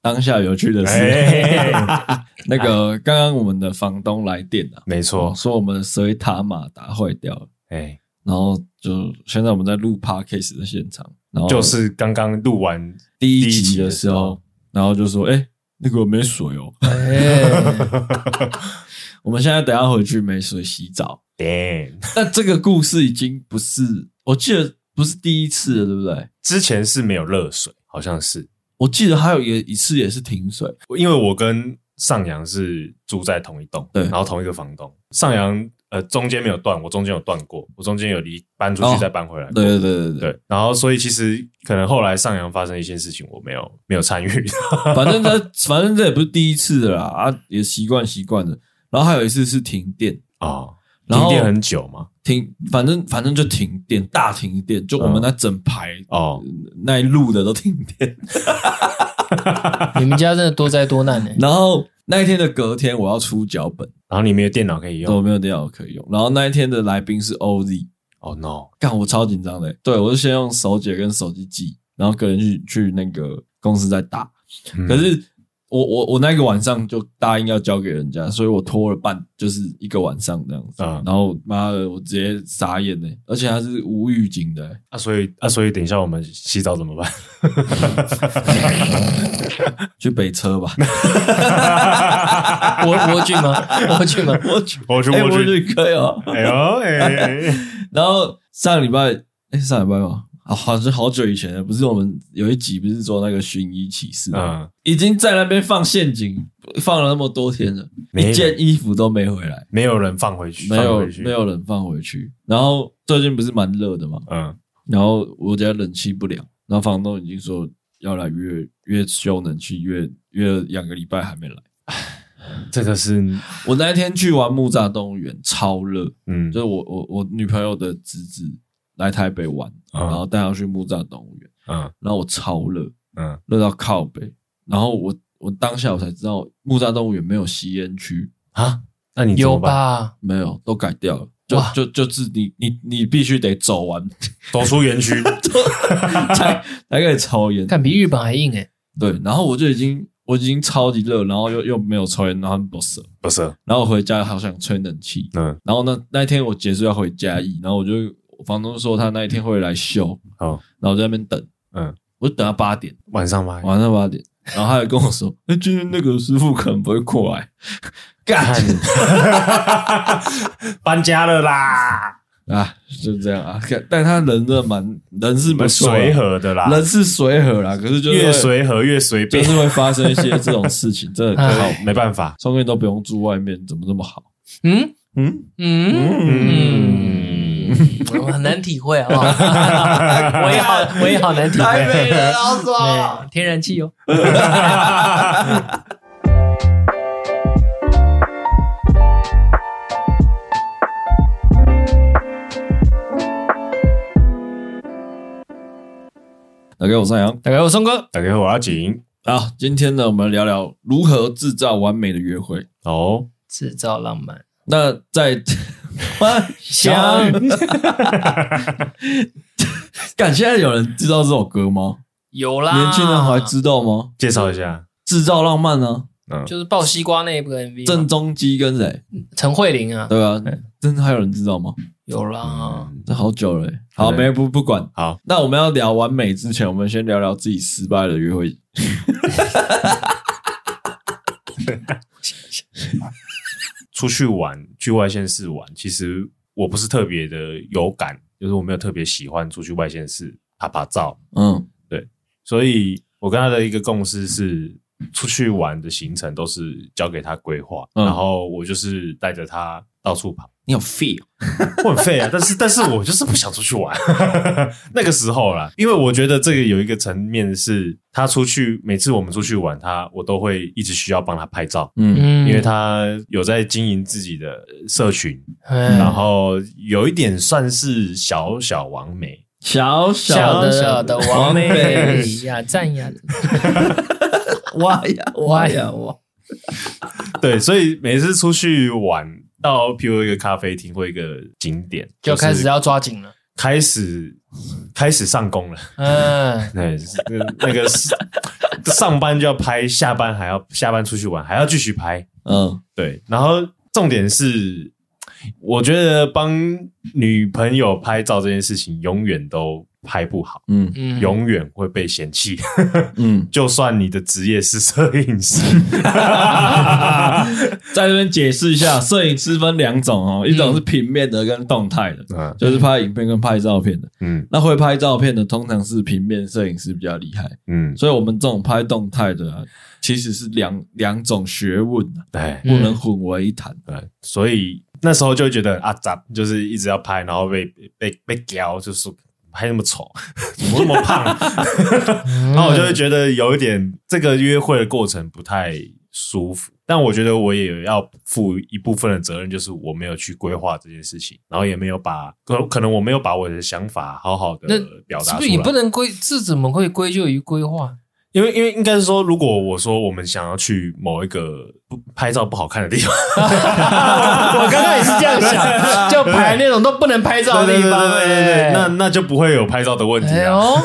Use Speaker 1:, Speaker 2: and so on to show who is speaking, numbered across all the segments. Speaker 1: 当下有趣的
Speaker 2: 哎
Speaker 1: 事， 那个刚刚我们的房东来电啊，
Speaker 2: 没错，
Speaker 1: 说我们的水塔马达坏掉了，
Speaker 2: 哎，
Speaker 1: 然后就现在我们在录 podcast 的现场，然后
Speaker 2: 就是刚刚录完，
Speaker 1: 第
Speaker 2: 第
Speaker 1: 一
Speaker 2: 一集
Speaker 1: 集
Speaker 2: 的
Speaker 1: 的
Speaker 2: 时
Speaker 1: 时
Speaker 2: 候
Speaker 1: 候，然后就说，哎、那个没水哦， 我们现在等一下回去没水洗澡。
Speaker 2: damn，
Speaker 1: 但这个故事已经不是，我记得不是第一次了，对不对？
Speaker 2: 之前是没有热水，好像是，
Speaker 1: 我记得还有一一次也是停水，
Speaker 2: 因为我跟上阳是住在同一栋，
Speaker 1: 对
Speaker 2: 然后同一个房东，上阳呃中间没有断，我中间有断过，我中间有离搬出去
Speaker 1: 哦
Speaker 2: 再搬回来，
Speaker 1: 对对对对对，
Speaker 2: 对，然后所以其实可能后来上阳发生一些事情，我没有没有参与，
Speaker 1: 反正他反正这也不是第一次了啦，啊，也习惯习惯了。然后还有一次是停电，
Speaker 2: 哦，
Speaker 1: 然
Speaker 2: 停
Speaker 1: 后
Speaker 2: 电很久嘛，
Speaker 1: 停，反正反正就停电，大停电，就我
Speaker 2: 嗯
Speaker 1: 们那整排、呃
Speaker 2: 哦，
Speaker 1: 那一路的都停 电。
Speaker 3: 你们家真的多灾多难呢、
Speaker 1: 然后那一天的隔天，我要出脚本，
Speaker 2: 然后你没有电脑可以用
Speaker 1: 我，没有电脑可以用。然后那一天的来宾是 OZ，
Speaker 2: 哦 no，
Speaker 1: 干我超紧张的、对我就先用手写跟手机记，然后个人去去那个公司再打。
Speaker 2: 嗯
Speaker 1: 可是我我我那个晚上就答应要交给人家，所以我拖了半就是一个晚上这样子。
Speaker 2: 嗯
Speaker 1: 然后妈的，我直接傻眼呢、而且还是无预警的欸、
Speaker 2: 啊，所以啊，所以等一下我们洗澡怎么办？
Speaker 1: 去北车 吧，
Speaker 3: 我我去吗？我去吗？
Speaker 1: 我去，
Speaker 2: 我去，
Speaker 1: 哎
Speaker 2: 我
Speaker 1: 我
Speaker 2: 去，
Speaker 1: 去可以哦。
Speaker 2: 哎呦，哎哎，哎
Speaker 1: 然后上礼拜，哎、上礼拜吗？啊，好像好久以前了，不是我们有一集不是说那个寻医启事吗？
Speaker 2: 嗯，
Speaker 1: 已经在那边放陷阱，放了那么多天了，
Speaker 2: 没
Speaker 1: 一件
Speaker 2: 人
Speaker 1: 衣服都没回来，
Speaker 2: 没有人放回去，
Speaker 1: 没有
Speaker 2: 放回去
Speaker 1: 没，有人放回去。然后最近不是蛮热的嘛，
Speaker 2: 嗯，
Speaker 1: 然后我家冷气不良，然后房东已经说要来约约修冷气，约约了两个礼拜还没来。
Speaker 2: 这个是，
Speaker 1: 我那一天去玩木栅动物园，超热，
Speaker 2: 嗯
Speaker 1: 就，是我我我女朋友的侄子来台北玩，
Speaker 2: 啊
Speaker 1: 然后带她去木栅动物园，
Speaker 2: 嗯
Speaker 1: 然后我超热，
Speaker 2: 嗯，
Speaker 1: 热到靠北，然后我我当下我才知道木栅动物园没有吸烟区，
Speaker 2: 啊，那你怎
Speaker 3: 有
Speaker 2: 么办？
Speaker 3: 吧？
Speaker 1: 没有，都改掉了。就
Speaker 3: 哇
Speaker 1: 就就是你你你必须得走完
Speaker 2: 走出园区，
Speaker 1: 才才可以抽烟，
Speaker 3: 看比日本还硬哎、
Speaker 1: 对，然后我就已经我已经超级热，然后又又没有抽烟，然后不舍，
Speaker 2: 不是，
Speaker 1: 然后我回家好想吹冷气，
Speaker 2: 嗯，
Speaker 1: 然后那那一天我结束要回嘉义，然后我就我房东说他那一天会来修，
Speaker 2: 好，
Speaker 1: 然后我在那边等，
Speaker 2: 嗯，
Speaker 1: 我就等到八点，
Speaker 2: 晚上吧，
Speaker 1: 晚上八点，然后他也跟我说，哎、今天那个师傅可能不会过来，干
Speaker 2: 搬家了啦，
Speaker 1: 啊，就这样啊，干但他人真的蛮人是蛮
Speaker 2: 随，和的啦，
Speaker 1: 人是随和啦，可是就是会
Speaker 2: 越随和越随
Speaker 1: 就
Speaker 2: 便
Speaker 1: 是，会发生一些这种事情，真的
Speaker 3: 哎
Speaker 1: 靠，
Speaker 2: 没办法，
Speaker 1: 双哥都不用住外面，怎么这么好？
Speaker 3: 嗯
Speaker 1: 嗯。
Speaker 3: 嗯嗯，我很难体会啊、我也好，我也好难体会。
Speaker 1: 人好 爽。
Speaker 3: 哎天然气哦，
Speaker 1: 大家好，我是杨
Speaker 3: 大概我松哥，
Speaker 2: 打给我阿锦，
Speaker 1: 啊。今天呢，我们聊聊如何制造完美的约会。
Speaker 2: 哦，
Speaker 3: 制造浪漫，
Speaker 1: 那在
Speaker 3: 香
Speaker 1: 感现在有人知道这首歌吗？
Speaker 3: 有啦，
Speaker 1: 年轻人还知道吗？
Speaker 2: 介绍一下，
Speaker 1: 制造浪漫呢、
Speaker 2: 嗯，
Speaker 3: 就是爆西瓜那一部 MV，
Speaker 1: 郑中基跟谁？
Speaker 3: 陈慧琳啊，
Speaker 1: 对吧、真的还有人知道吗？
Speaker 3: 有啦，
Speaker 2: 嗯
Speaker 1: 这好久了欸、好，
Speaker 2: 对
Speaker 1: 没不不管。
Speaker 2: 好，
Speaker 1: 那我们要聊完美之前，我们先聊聊自己失败的约会。
Speaker 2: 出去玩，去外县市玩，其实我不是特别的有感，就是我没有特别喜欢出去外县市拍拍照，
Speaker 1: 嗯
Speaker 2: 所以我跟他的一个共识是，出去玩的行程都是交给他规划，
Speaker 1: 嗯
Speaker 2: 然后我就是带着他到处跑。
Speaker 1: 你有 feel？
Speaker 2: 我很废啊，但是但是我就是不想出去玩。 那个时候啦，因为我觉得这个有一个层面是，他出去每次我们出去玩，他我都会一直需要帮他拍照，
Speaker 1: 嗯
Speaker 3: 嗯，
Speaker 2: 因为他有在经营自己的社群，
Speaker 3: 哎
Speaker 2: 然后有一点算是小小完美，
Speaker 1: 小小
Speaker 3: 小
Speaker 1: 的
Speaker 3: 的
Speaker 1: 小
Speaker 3: 小
Speaker 1: 的
Speaker 3: 的
Speaker 1: 完
Speaker 3: 完
Speaker 1: 美
Speaker 3: 美，呀，赞呀，
Speaker 1: 哇呀
Speaker 3: 哇呀哇，
Speaker 2: 对，所以每次出去玩到譬如一个咖啡厅或一个景点，
Speaker 3: 就开始啊
Speaker 2: 是
Speaker 3: 要抓紧了。
Speaker 2: 开始开始上工了。
Speaker 3: 嗯，
Speaker 2: 对，那那个是上班就要拍，下班还要下班出去玩，还要继续拍。
Speaker 1: 嗯
Speaker 2: 对，然后重点是，我觉得帮女朋友拍照这件事情永远都拍不好，
Speaker 1: 嗯
Speaker 3: 嗯
Speaker 2: 永远会被嫌弃。
Speaker 1: 嗯，
Speaker 2: 就算你的职业是摄影 师，
Speaker 1: 在这边解释一下，摄影师分两种哦，一种是平面的跟动态的，
Speaker 2: 嗯
Speaker 1: 就是拍影片跟拍照片的。
Speaker 2: 嗯
Speaker 1: 那会拍照片的通常是平面摄影师比较厉害，
Speaker 2: 嗯，
Speaker 1: 所以我们这种拍动态的、啊、其实是两两种学问、啊，
Speaker 2: 对
Speaker 1: 不能混为一谈。
Speaker 2: 对，所以那时候就会觉得啊，咋就是一直要拍，然后被被被屌，就是说拍那么丑， 怎么那么胖？啊
Speaker 3: 嗯
Speaker 2: 然后我就会觉得有一点这个约会的过程不太舒服。但我觉得我也要负一部分的责任，就是我没有去规划这件事情，然后也没有把可可能我没有把我的想法好好的
Speaker 3: 那
Speaker 2: 表
Speaker 3: 是
Speaker 2: 达
Speaker 3: 不
Speaker 2: 出
Speaker 3: 是你不
Speaker 2: 来。
Speaker 3: 能归？这怎么会归咎于规划？
Speaker 2: 因为因为应该是说，如果我说我们想要去某一个不拍照不好看的地方，
Speaker 3: 我刚刚也是这样想，就排那种都不能拍照的地方。
Speaker 2: 对对对对对，那那就不会有拍照的问题
Speaker 3: 哎
Speaker 2: 啊。
Speaker 3: 呦，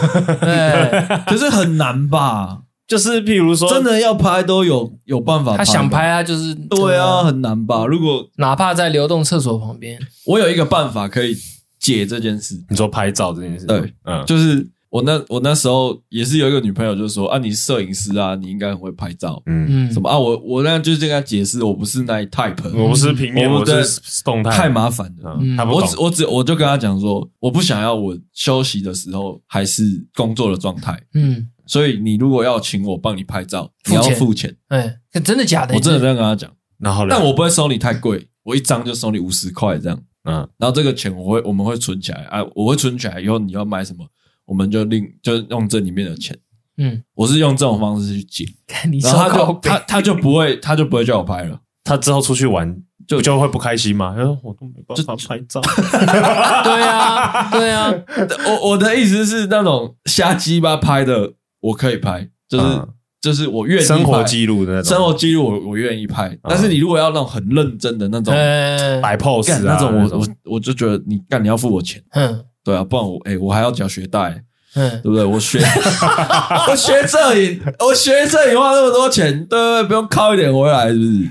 Speaker 3: 哎，
Speaker 1: 可是很难吧？
Speaker 2: 就是譬如说，
Speaker 1: 真的要拍都有有办法，
Speaker 3: 他想拍，啊，就是
Speaker 1: 对啊，，很难吧？如果
Speaker 3: 哪怕在流动厕所旁边，
Speaker 1: 我有一个办法可以解这件事，
Speaker 2: 你说拍照这件事，
Speaker 1: 对，
Speaker 2: 嗯，
Speaker 1: 就是我那我那时候也是有一个女朋友，就说啊，你是摄影师啊，你应该很会拍照，
Speaker 2: 嗯，
Speaker 3: 嗯，
Speaker 1: 什么啊？我我那就是跟她解释，我不是那一 type，、
Speaker 2: 我不是平面，
Speaker 1: 我
Speaker 2: 我
Speaker 1: 们的
Speaker 2: 是动态，
Speaker 1: 太麻烦了。
Speaker 2: 嗯，
Speaker 3: 嗯
Speaker 2: 他不
Speaker 1: 我
Speaker 2: 懂
Speaker 1: 只，我只我就跟她讲说，我不想要我休息的时候还是工作的状态，
Speaker 3: 嗯，
Speaker 1: 所以你如果要请我帮你拍照，
Speaker 3: 付
Speaker 1: 你要
Speaker 3: 钱
Speaker 1: 付钱。
Speaker 3: 哎，可真的假的？
Speaker 1: 我真的这样跟她讲，
Speaker 2: 然后嘞，
Speaker 1: 但我不会收你太贵，我一张就收你五十块这样。
Speaker 2: 嗯
Speaker 1: 然后这个钱我会我们会存起来，啊，我会存起来以后你要买什么，我们就另就用这里面的钱。
Speaker 3: 嗯，
Speaker 1: 我是用这种方式去解，
Speaker 3: 看你
Speaker 1: 然后他就
Speaker 3: 手
Speaker 1: 他他就不会他就不会叫我拍了，
Speaker 2: 他之后出去玩
Speaker 1: 就
Speaker 2: 就就会不开心嘛，他说我都没办法拍照，
Speaker 3: 对啊，对啊，
Speaker 1: 我我的意思是那种瞎鸡巴拍的，我可以拍，就是、
Speaker 2: 嗯
Speaker 1: 就是我愿意拍
Speaker 2: 生活记录的嗯那种，
Speaker 1: 生活记录我我愿意拍，但是你如果要那种很认真的那种。
Speaker 3: 哎，
Speaker 2: 摆 pose 啊
Speaker 1: 干那种我我我就觉得你干你要付我钱，
Speaker 3: 嗯
Speaker 1: 对啊，不然我哎、我还要缴学贷、
Speaker 3: 嗯，
Speaker 1: 对不对？我学我学摄影，我学摄影花那么多钱，对不对？不用靠一点回来，是不是？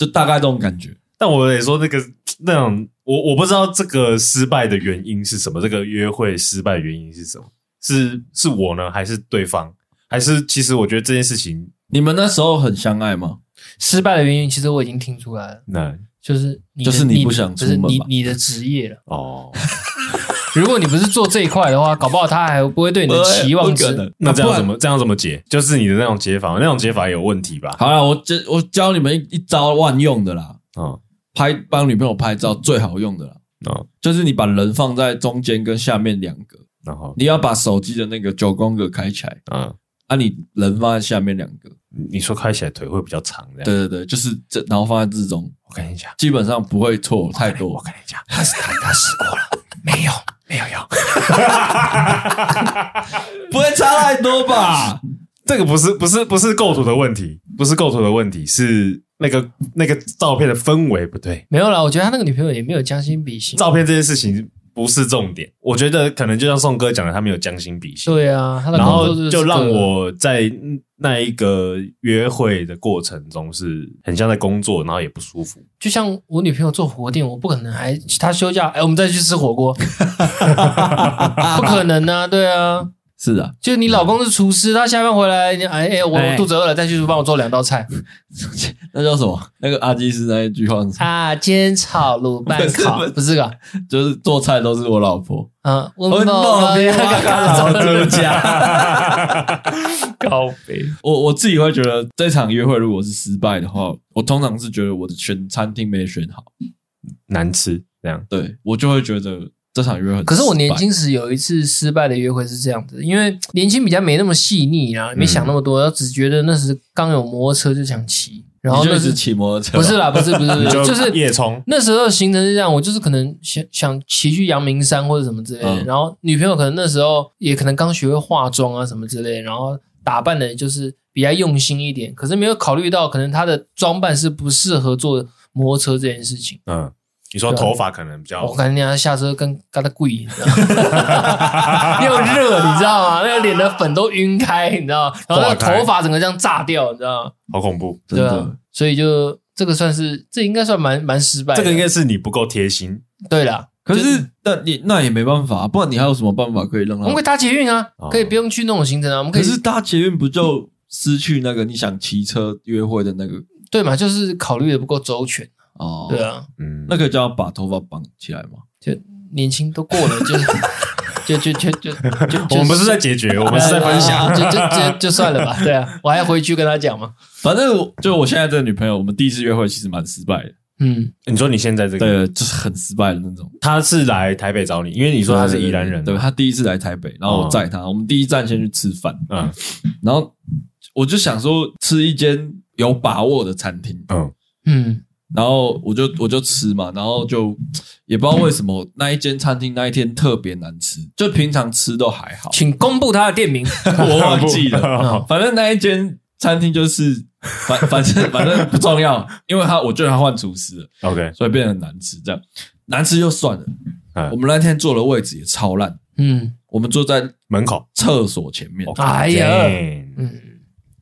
Speaker 1: 就大概这种感觉。
Speaker 2: 但我得说那个那种，我我不知道这个失败的原因是什么，这个约会失败的原因是什么？是是我呢，还是对方？还是其实我觉得这件事情，
Speaker 1: 你们那时候很相爱吗？
Speaker 3: 失败的原因其实我已经听出来了，
Speaker 2: 那
Speaker 3: 就是你的
Speaker 1: 就是你
Speaker 3: 你
Speaker 1: 不想出
Speaker 3: 就是
Speaker 1: 门吧
Speaker 3: 你你的职业了。
Speaker 2: 哦，
Speaker 3: 如果你不是做这一块的话，搞不好他还不会对你的期望
Speaker 1: 不可
Speaker 3: 值
Speaker 1: 能。
Speaker 2: 那这
Speaker 1: 啊不
Speaker 2: 样
Speaker 1: 然
Speaker 2: 怎么这样怎么解？就是你的那种解法，那种解法有问题吧？
Speaker 1: 好了，我教我教你们一一招万用的啦，
Speaker 2: 嗯
Speaker 1: 拍帮女朋友拍照最好用的啦，
Speaker 2: 嗯，
Speaker 1: 就是你把人放在中间跟下面两个，
Speaker 2: 然后
Speaker 1: 你要把手机的那个九宫格开起来，
Speaker 2: 嗯，
Speaker 1: 啊，你人放在下面两个，
Speaker 2: 你说开起来腿会比较长这样？
Speaker 1: 对，对对，就是这，然后放在之中，
Speaker 2: 我跟你讲，
Speaker 1: 基本上不会错太多
Speaker 2: 我。跟你讲，他是他他试过了， 没有没有用，
Speaker 1: 不会差太多吧？
Speaker 2: 这个不是不是不是构图的问题，不是构图的问题，是那个那个照片的氛围不对。
Speaker 3: 没有啦，我觉得他那个女朋友也没有将心比心。
Speaker 2: 照片这件事情不是重点，我觉得可能就像宋哥讲的，他没有将心比心，
Speaker 3: 对啊，他的
Speaker 2: 然
Speaker 3: 工作
Speaker 2: 后
Speaker 3: 是
Speaker 2: 就
Speaker 3: 这个
Speaker 2: 让我在那一个约会的过程中是很像在工作，然后也不舒服。
Speaker 3: 就像我女朋友做火店，我不可能还她休假，哎，我们再去吃火锅，不可能啊，对啊。
Speaker 1: 是啊，
Speaker 3: 就你老公是厨师，他下班回来，你哎哎，我
Speaker 1: 哎
Speaker 3: 肚子饿了，再去帮我做两道菜
Speaker 1: 那叫什么？那个阿基师那一句话是什么
Speaker 3: 啊，煎炒卤拌烤
Speaker 1: 不 是，
Speaker 3: 不是个
Speaker 1: 就是做菜都是我老婆。
Speaker 3: 啊，我
Speaker 1: 我
Speaker 3: 老
Speaker 1: 哦别
Speaker 3: 公
Speaker 1: 花干老子家。
Speaker 2: 高飞，
Speaker 1: 我我自己会觉得这场约会如果是失败的话，我通常是觉得我的选餐厅没选好，
Speaker 2: 难吃这样。
Speaker 1: 对我就会觉得这场约会很失败。
Speaker 3: 可是我年轻时有一次失败的约会是这样子，因为年轻比较没那么细腻啊，没想那么多，只觉得那时刚有摩托车就想骑，然后
Speaker 1: 你
Speaker 3: 那
Speaker 1: 就一直
Speaker 3: 时
Speaker 1: 骑摩托车，啊
Speaker 3: 不是啦，不是不是，不
Speaker 1: 嗯
Speaker 2: 你
Speaker 3: 是就是
Speaker 2: 夜冲，
Speaker 3: 那时候的行程是这样，我就是可能想想骑去阳明山或者什么之类的，
Speaker 1: 嗯
Speaker 3: 然后女朋友可能那时候也可能刚学会化妆啊什么之类，然后打扮的就是比较用心一点，可是没有考虑到可能她的装扮是不适合做摩托车这件事情。
Speaker 2: 嗯你
Speaker 1: 啊
Speaker 2: 说头发可能比较
Speaker 3: 我感觉人家下车跟跟他跪，你知道吗 又热，你知道吗？那个脸的粉都晕开，你知道吗？然后
Speaker 2: 化
Speaker 3: 那个
Speaker 2: 开
Speaker 3: 头发整个这样炸掉，你知道吗？
Speaker 2: 好恐怖。
Speaker 1: 真
Speaker 3: 对
Speaker 1: 的
Speaker 3: 啊，所以就这个算是这应该算蛮蛮失败的，
Speaker 2: 这个应该是你不够贴心
Speaker 3: 对啦。
Speaker 1: 可是那你那也没办法，啊不然你还有什么办法可以让
Speaker 3: 我们
Speaker 1: 他
Speaker 3: 可以？搭捷运啊，
Speaker 1: 哦
Speaker 3: 可以不用去那种行程啊，我们可
Speaker 1: 可
Speaker 3: 以
Speaker 1: 是搭捷运不就失去那个你想骑车约会的那个
Speaker 3: 对嘛，就是考虑的不够周全，
Speaker 1: 哦？
Speaker 3: 对，啊，
Speaker 2: 嗯，
Speaker 1: 那可以叫他把头发绑起来吗？
Speaker 3: 年轻都过了，就是就就就就就，就
Speaker 2: 我们不是在 解决，我们是在分享。
Speaker 3: 啊就就就就算了吧，对啊，我还回去跟他讲嘛，
Speaker 1: 反正我就我现在这个女朋友，我们第一次约会其实蛮失败的，
Speaker 3: 嗯，
Speaker 2: 你说你现在这个，
Speaker 1: 对，就是很失败的那种。
Speaker 2: 他是来台北找你，因为你
Speaker 1: 你
Speaker 2: 说他是宜兰人，
Speaker 1: 对，
Speaker 2: 吧？
Speaker 1: 她第一次来台北，然后我载她，我们第一站先去吃饭，
Speaker 2: 嗯
Speaker 1: 然后我就想说吃一间有把握的餐厅，
Speaker 2: 嗯，
Speaker 3: 嗯，，
Speaker 1: 然后我就我就吃嘛，然后就也不知道为什么那一间餐厅那一天特别难吃，就平常吃都还 好
Speaker 3: 请公布他的店名，
Speaker 1: 我 忘记了，
Speaker 3: 嗯
Speaker 2: 哦
Speaker 1: 反正那一间餐厅就是反反正反正不重要，因为他我觉得他换厨师了，
Speaker 2: OK，
Speaker 1: 所以变得很难吃，这样难吃就算了
Speaker 2: 嗯。
Speaker 1: 我们那天坐的位置也超烂，
Speaker 3: 嗯，
Speaker 1: 我们坐在
Speaker 2: 门口。
Speaker 1: 厕所前面，
Speaker 3: 哎呀
Speaker 2: Damn
Speaker 3: 嗯，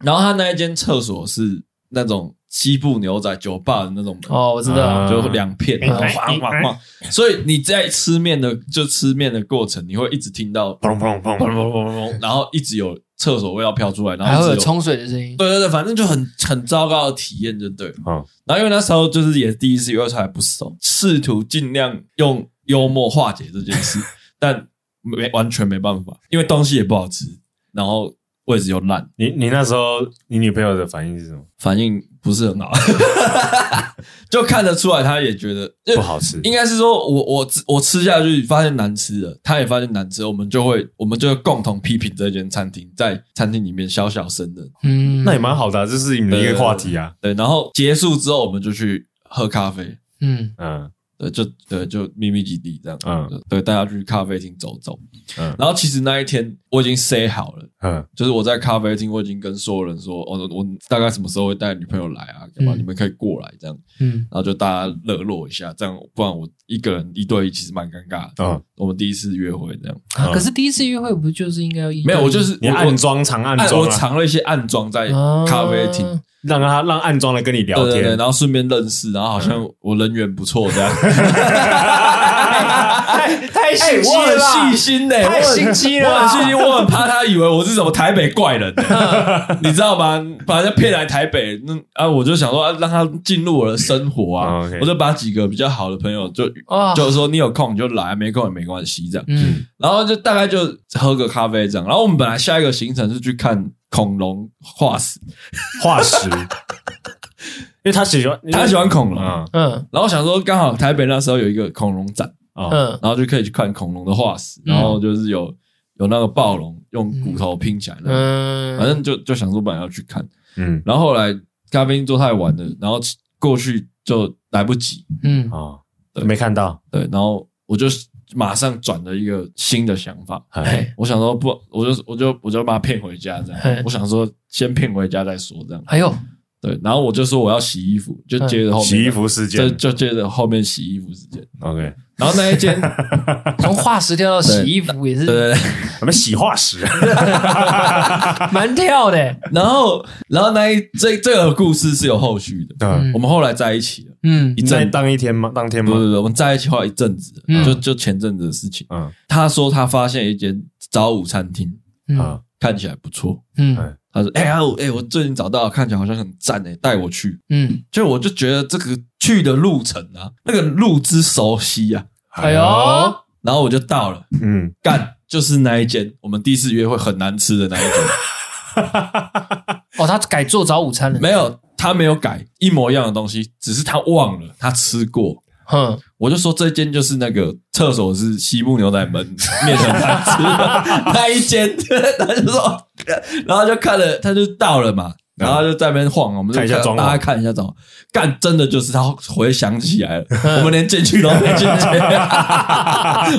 Speaker 1: 然后他那一间厕所是那种西部牛仔酒吧的那种门，
Speaker 3: 哦，我知道，
Speaker 2: 啊
Speaker 1: 就两片，
Speaker 3: 嗯
Speaker 1: 然后晃晃晃。所以你在吃面的就吃面的过程，你会一直听到
Speaker 2: 砰砰砰
Speaker 1: 砰砰
Speaker 2: 砰，
Speaker 1: 砰砰砰，然后一直有厕所味道飘出来，然
Speaker 3: 还
Speaker 1: 后
Speaker 3: 会
Speaker 1: 一
Speaker 3: 有
Speaker 1: 直有
Speaker 3: 冲水的声音，
Speaker 1: 对对对，反正就很很糟糕的体验，就对了。
Speaker 2: 嗯
Speaker 1: 然后因为那时候就是也第一次约会，还不熟，试图尽量用幽默化解这件事， 但没完全没办法，因为东西也不好吃，然后位置又烂，
Speaker 2: 你你那时候你女朋友的反应是什么？
Speaker 1: 反应不是很好， 就看得出来，他也觉得
Speaker 2: 不好吃，
Speaker 1: 应该是说我我吃我吃下去发现难吃了，他也发现难吃，我们就会我们就会共同批评这间餐厅，在餐厅里面小小声的
Speaker 3: 嗯，
Speaker 2: 那也蛮好的啊，这是你们的一个话题啊。
Speaker 1: 对，然后结束之后我们就去喝咖啡，
Speaker 3: 嗯
Speaker 2: 嗯
Speaker 1: 对，呃就对就秘密基地这样，
Speaker 2: 嗯
Speaker 1: 对，带他去咖啡厅走走，
Speaker 2: 嗯
Speaker 1: 然后其实那一天我已经 say 好了。
Speaker 2: 嗯
Speaker 1: 就是我在咖啡厅，我已经跟所有人说，哦，我大概什么时候会带女朋友来啊？干嘛？
Speaker 3: 嗯
Speaker 1: 你们可以过来这样，
Speaker 3: 嗯，
Speaker 1: 然后就大家热络一下，这样不然我一个人一对一其实蛮尴尬的。
Speaker 2: 嗯，
Speaker 1: 我们第一次约会这样，
Speaker 3: 啊可是第一次约会不就是应该要一
Speaker 1: 嗯没有，我就是是
Speaker 2: 你
Speaker 1: 我
Speaker 2: 暗装藏暗
Speaker 1: 暗
Speaker 2: 装
Speaker 1: 我
Speaker 2: 啊，
Speaker 1: 藏了一些暗装在
Speaker 3: 啊
Speaker 1: 咖啡厅，
Speaker 2: 让他让暗装的跟你聊
Speaker 1: 对对对，
Speaker 2: 天。
Speaker 1: 然后顺便认识，然后好像我人缘不错这样。
Speaker 3: 太太
Speaker 1: 哎，我很细心呢，我
Speaker 3: 太
Speaker 1: 很
Speaker 3: 心机了
Speaker 1: 我
Speaker 3: 吧
Speaker 1: 很细心，我很怕他以为我是什么台北怪人呢，
Speaker 3: 嗯
Speaker 1: 你知道吗？把人家骗来台北，那啊，我就想说啊让他进入我的生活啊
Speaker 2: 嗯，OK，
Speaker 1: 我就把几个比较好的朋友就
Speaker 3: 哇，
Speaker 1: 就是说你有空你就来，没空也没关系这样。
Speaker 3: 哦嗯
Speaker 1: 然后就大概就喝个咖啡这样。然后我们本来下一个行程是去看恐龙化石，
Speaker 2: 化 石，因为他喜欢，
Speaker 1: 他喜欢恐龙。
Speaker 2: 嗯
Speaker 3: 嗯
Speaker 1: 然后想说，刚好台北那时候有一个恐龙展，
Speaker 2: 嗯
Speaker 3: 嗯
Speaker 1: 然后就可以去看恐龙的化石，
Speaker 3: 嗯
Speaker 1: 然后就是有有那个暴龙用骨头拼起来的，
Speaker 3: 嗯，
Speaker 1: 反正就就想说本来要去看，
Speaker 2: 嗯
Speaker 1: 然后后来咖啡因做太晚了，然后过去就来不及，
Speaker 3: 嗯
Speaker 2: 哦，
Speaker 1: 对
Speaker 2: 没看到，
Speaker 1: 对，然后我就马上转了一个新的想法，
Speaker 2: 哎，
Speaker 1: 我想说不，我就我就我就把它骗回家这
Speaker 3: 嘿
Speaker 1: 样，我想说先骗回家再说这样，
Speaker 3: 哎呦，
Speaker 1: 对，然后我就说我要洗衣服，就
Speaker 3: 嗯
Speaker 1: 接着后面
Speaker 2: 洗衣，服事
Speaker 1: 就
Speaker 2: 件
Speaker 1: 就接着后面洗衣服时间，
Speaker 2: ，OK，
Speaker 1: 然后那一 间
Speaker 3: 从化石跳到洗衣服也
Speaker 1: 对
Speaker 3: 是
Speaker 1: 对对。
Speaker 2: 我们洗化石，
Speaker 3: 蛮跳的，
Speaker 1: 然后，然后那一这这个故事是有后续的。
Speaker 2: 嗯，
Speaker 1: 我们后来在一起了，
Speaker 3: 嗯
Speaker 1: 一
Speaker 2: 你在
Speaker 1: 阵子，
Speaker 2: 当一天吗？当天
Speaker 1: 不不
Speaker 2: 吗？
Speaker 1: 不，我们在一起后来一阵子了，
Speaker 3: 嗯
Speaker 1: 就就前阵子的事情。
Speaker 2: 嗯
Speaker 1: 他说他发现一间早午餐厅
Speaker 3: 嗯
Speaker 2: 嗯
Speaker 1: 看起来不错，
Speaker 3: 嗯
Speaker 1: 他啊说：“哎、呀，我哎、我最近找到了，看起来好像很赞哎、带我去。
Speaker 3: 嗯，”
Speaker 1: 就我就觉得这个去的路程啊，那个路之熟悉啊，
Speaker 3: 哎呦，
Speaker 1: 然后我就到了，
Speaker 2: 嗯，
Speaker 1: 干就是那一间我们第一次约会很难吃的那一间，
Speaker 3: 哦，他改做早午餐了，
Speaker 1: 没有他没有改一模一样的东西，只是他忘了他吃过。
Speaker 3: 哼，
Speaker 1: 我就说这间就是那个厕所是西部牛奶门面很难吃 的那一间，他就说，然后就看了，他就到了嘛，然后就在那边晃，我们就
Speaker 2: 看一下装潢
Speaker 1: 大家看一下装潢，干真的就是他回想起来了，
Speaker 2: 嗯
Speaker 1: 我们连进去 都没进去，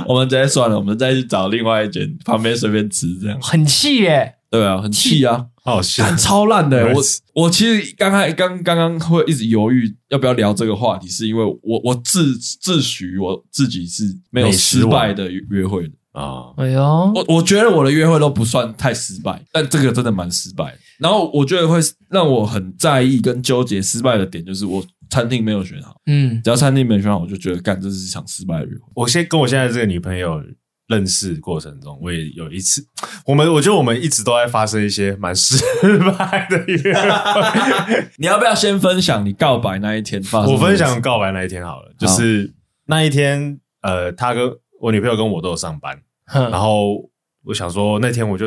Speaker 1: 我们直接算了，我们再去找另外一间旁边随便吃这样，
Speaker 3: 很气耶，
Speaker 1: 对啊，很气啊，
Speaker 2: 好笑
Speaker 1: 干 超烂的欸、我
Speaker 2: Nice
Speaker 1: 我其实刚开刚刚刚会一直犹豫要不要聊这个话题，是因为我我自自诩我自己是没有
Speaker 2: 美食
Speaker 1: 失
Speaker 2: 王
Speaker 1: 败的约会的。
Speaker 2: 啊！
Speaker 3: 哎呦，
Speaker 1: 我我觉得我的约会都不算太失败，但这个真的蛮失败的。然后我觉得会让我很在意跟纠结失败的点，就是我餐厅没有选好。
Speaker 3: 嗯
Speaker 1: 只要餐厅没选好，我就觉得干这是一场失败的约会。
Speaker 2: 我先跟我现在这个女朋友认识过程中，我也有一次，我们我觉得我们一直都在发生一些蛮失败的约会。
Speaker 1: 你要不要先分享你告白那一天发生？
Speaker 2: 我分享，告白那一天好了，就是那一天，呃，她跟我女朋友跟我都有上班，然
Speaker 3: 哼
Speaker 2: 后我想说那天我就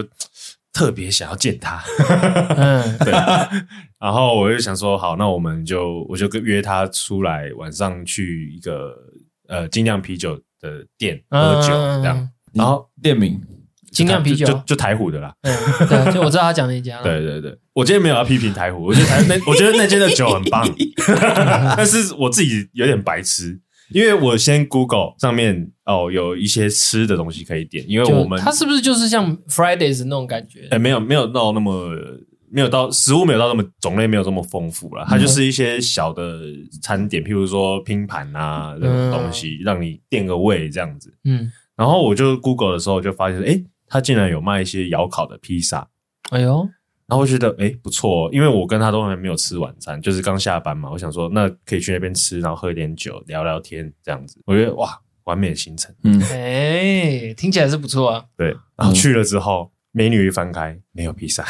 Speaker 2: 特别想要见她，
Speaker 3: 嗯
Speaker 2: 对， 然后我就想说，好，那我们就我就跟约她出来晚上去一个呃精酿啤酒的店喝酒这样。，然后
Speaker 1: 店名
Speaker 3: 嗯精酿啤酒
Speaker 2: 就就就台虎的啦。
Speaker 3: 嗯，对，就我知道他讲那家了，
Speaker 2: 对对对，我今天没有要批评台虎，我觉得 台那我觉得那间的酒很棒， 但是我自己有点白痴，因为我先 Google 上面哦有一些吃的东西可以点，因为
Speaker 3: 就
Speaker 2: 我们
Speaker 3: 他是不是就是像 Fridays 那种感觉？
Speaker 2: 哎没有没有到那么没有到食物没有到那么种类没有这么丰富了，它就是一些小的餐点，譬如说拼盘啊这种东西，让你垫个胃这样子。
Speaker 3: 嗯，
Speaker 2: 然后我就 Google 的时候就发现，哎，它竟然有卖一些窑烤的披萨。
Speaker 3: 哎呦，
Speaker 2: 然后我觉得诶不错、哦，因为我跟他都还没有吃晚餐，就是刚下班嘛。我想说，那可以去那边吃，然后喝一点酒，聊聊天这样子。我觉得哇，完美的行程。
Speaker 1: 嗯，
Speaker 3: 哎，听起来是不 错啊，
Speaker 2: 对，然后去了之后，美女一翻开，没有披萨。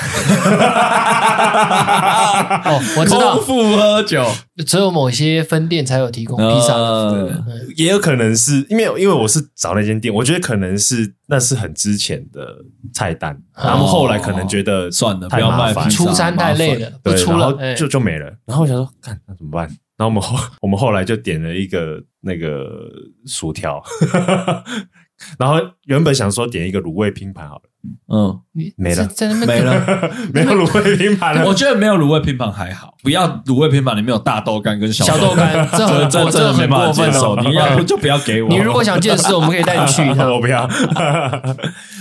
Speaker 3: 哦，我知道
Speaker 1: 空，腹喝酒，
Speaker 3: 只有某些分店才有提供哦披萨的服务。
Speaker 1: 呃
Speaker 3: 嗯
Speaker 2: 也有可能是因为因为我是找那间店，我觉得可能是那是很之前的菜单，然后后来可能觉得
Speaker 1: 哦算了，
Speaker 2: 太
Speaker 1: 不要
Speaker 2: 麻
Speaker 1: 卖
Speaker 2: 烦
Speaker 1: 披萨
Speaker 3: 出餐太累，了，不
Speaker 2: 对，
Speaker 3: 出
Speaker 2: 然
Speaker 3: 了
Speaker 2: 后，
Speaker 3: 哎
Speaker 2: 就就没了。然后我想说，看那怎么办？然后我们后 我们后来就点了一个那个薯条， 然后原本想说点一个卤味拼盘 好了，
Speaker 1: 嗯，
Speaker 3: 你
Speaker 2: 没了
Speaker 3: 是在那边
Speaker 1: 没了。
Speaker 2: 没有卤味拼
Speaker 3: 啊
Speaker 2: 盘
Speaker 1: 我
Speaker 2: 了。
Speaker 1: 觉得没有卤味拼盘还好，不要卤味拼盘里面有大豆干跟小
Speaker 3: 小豆干，这很
Speaker 1: 这
Speaker 3: 过，
Speaker 1: 真
Speaker 3: 这
Speaker 1: 的没
Speaker 3: 很
Speaker 1: 办
Speaker 3: 过
Speaker 1: 法
Speaker 3: 分
Speaker 1: 接受。
Speaker 3: 哦。
Speaker 1: 你要不就不要给我。
Speaker 3: 你如果想见识，我们可以带 你去一趟。
Speaker 2: 我不要，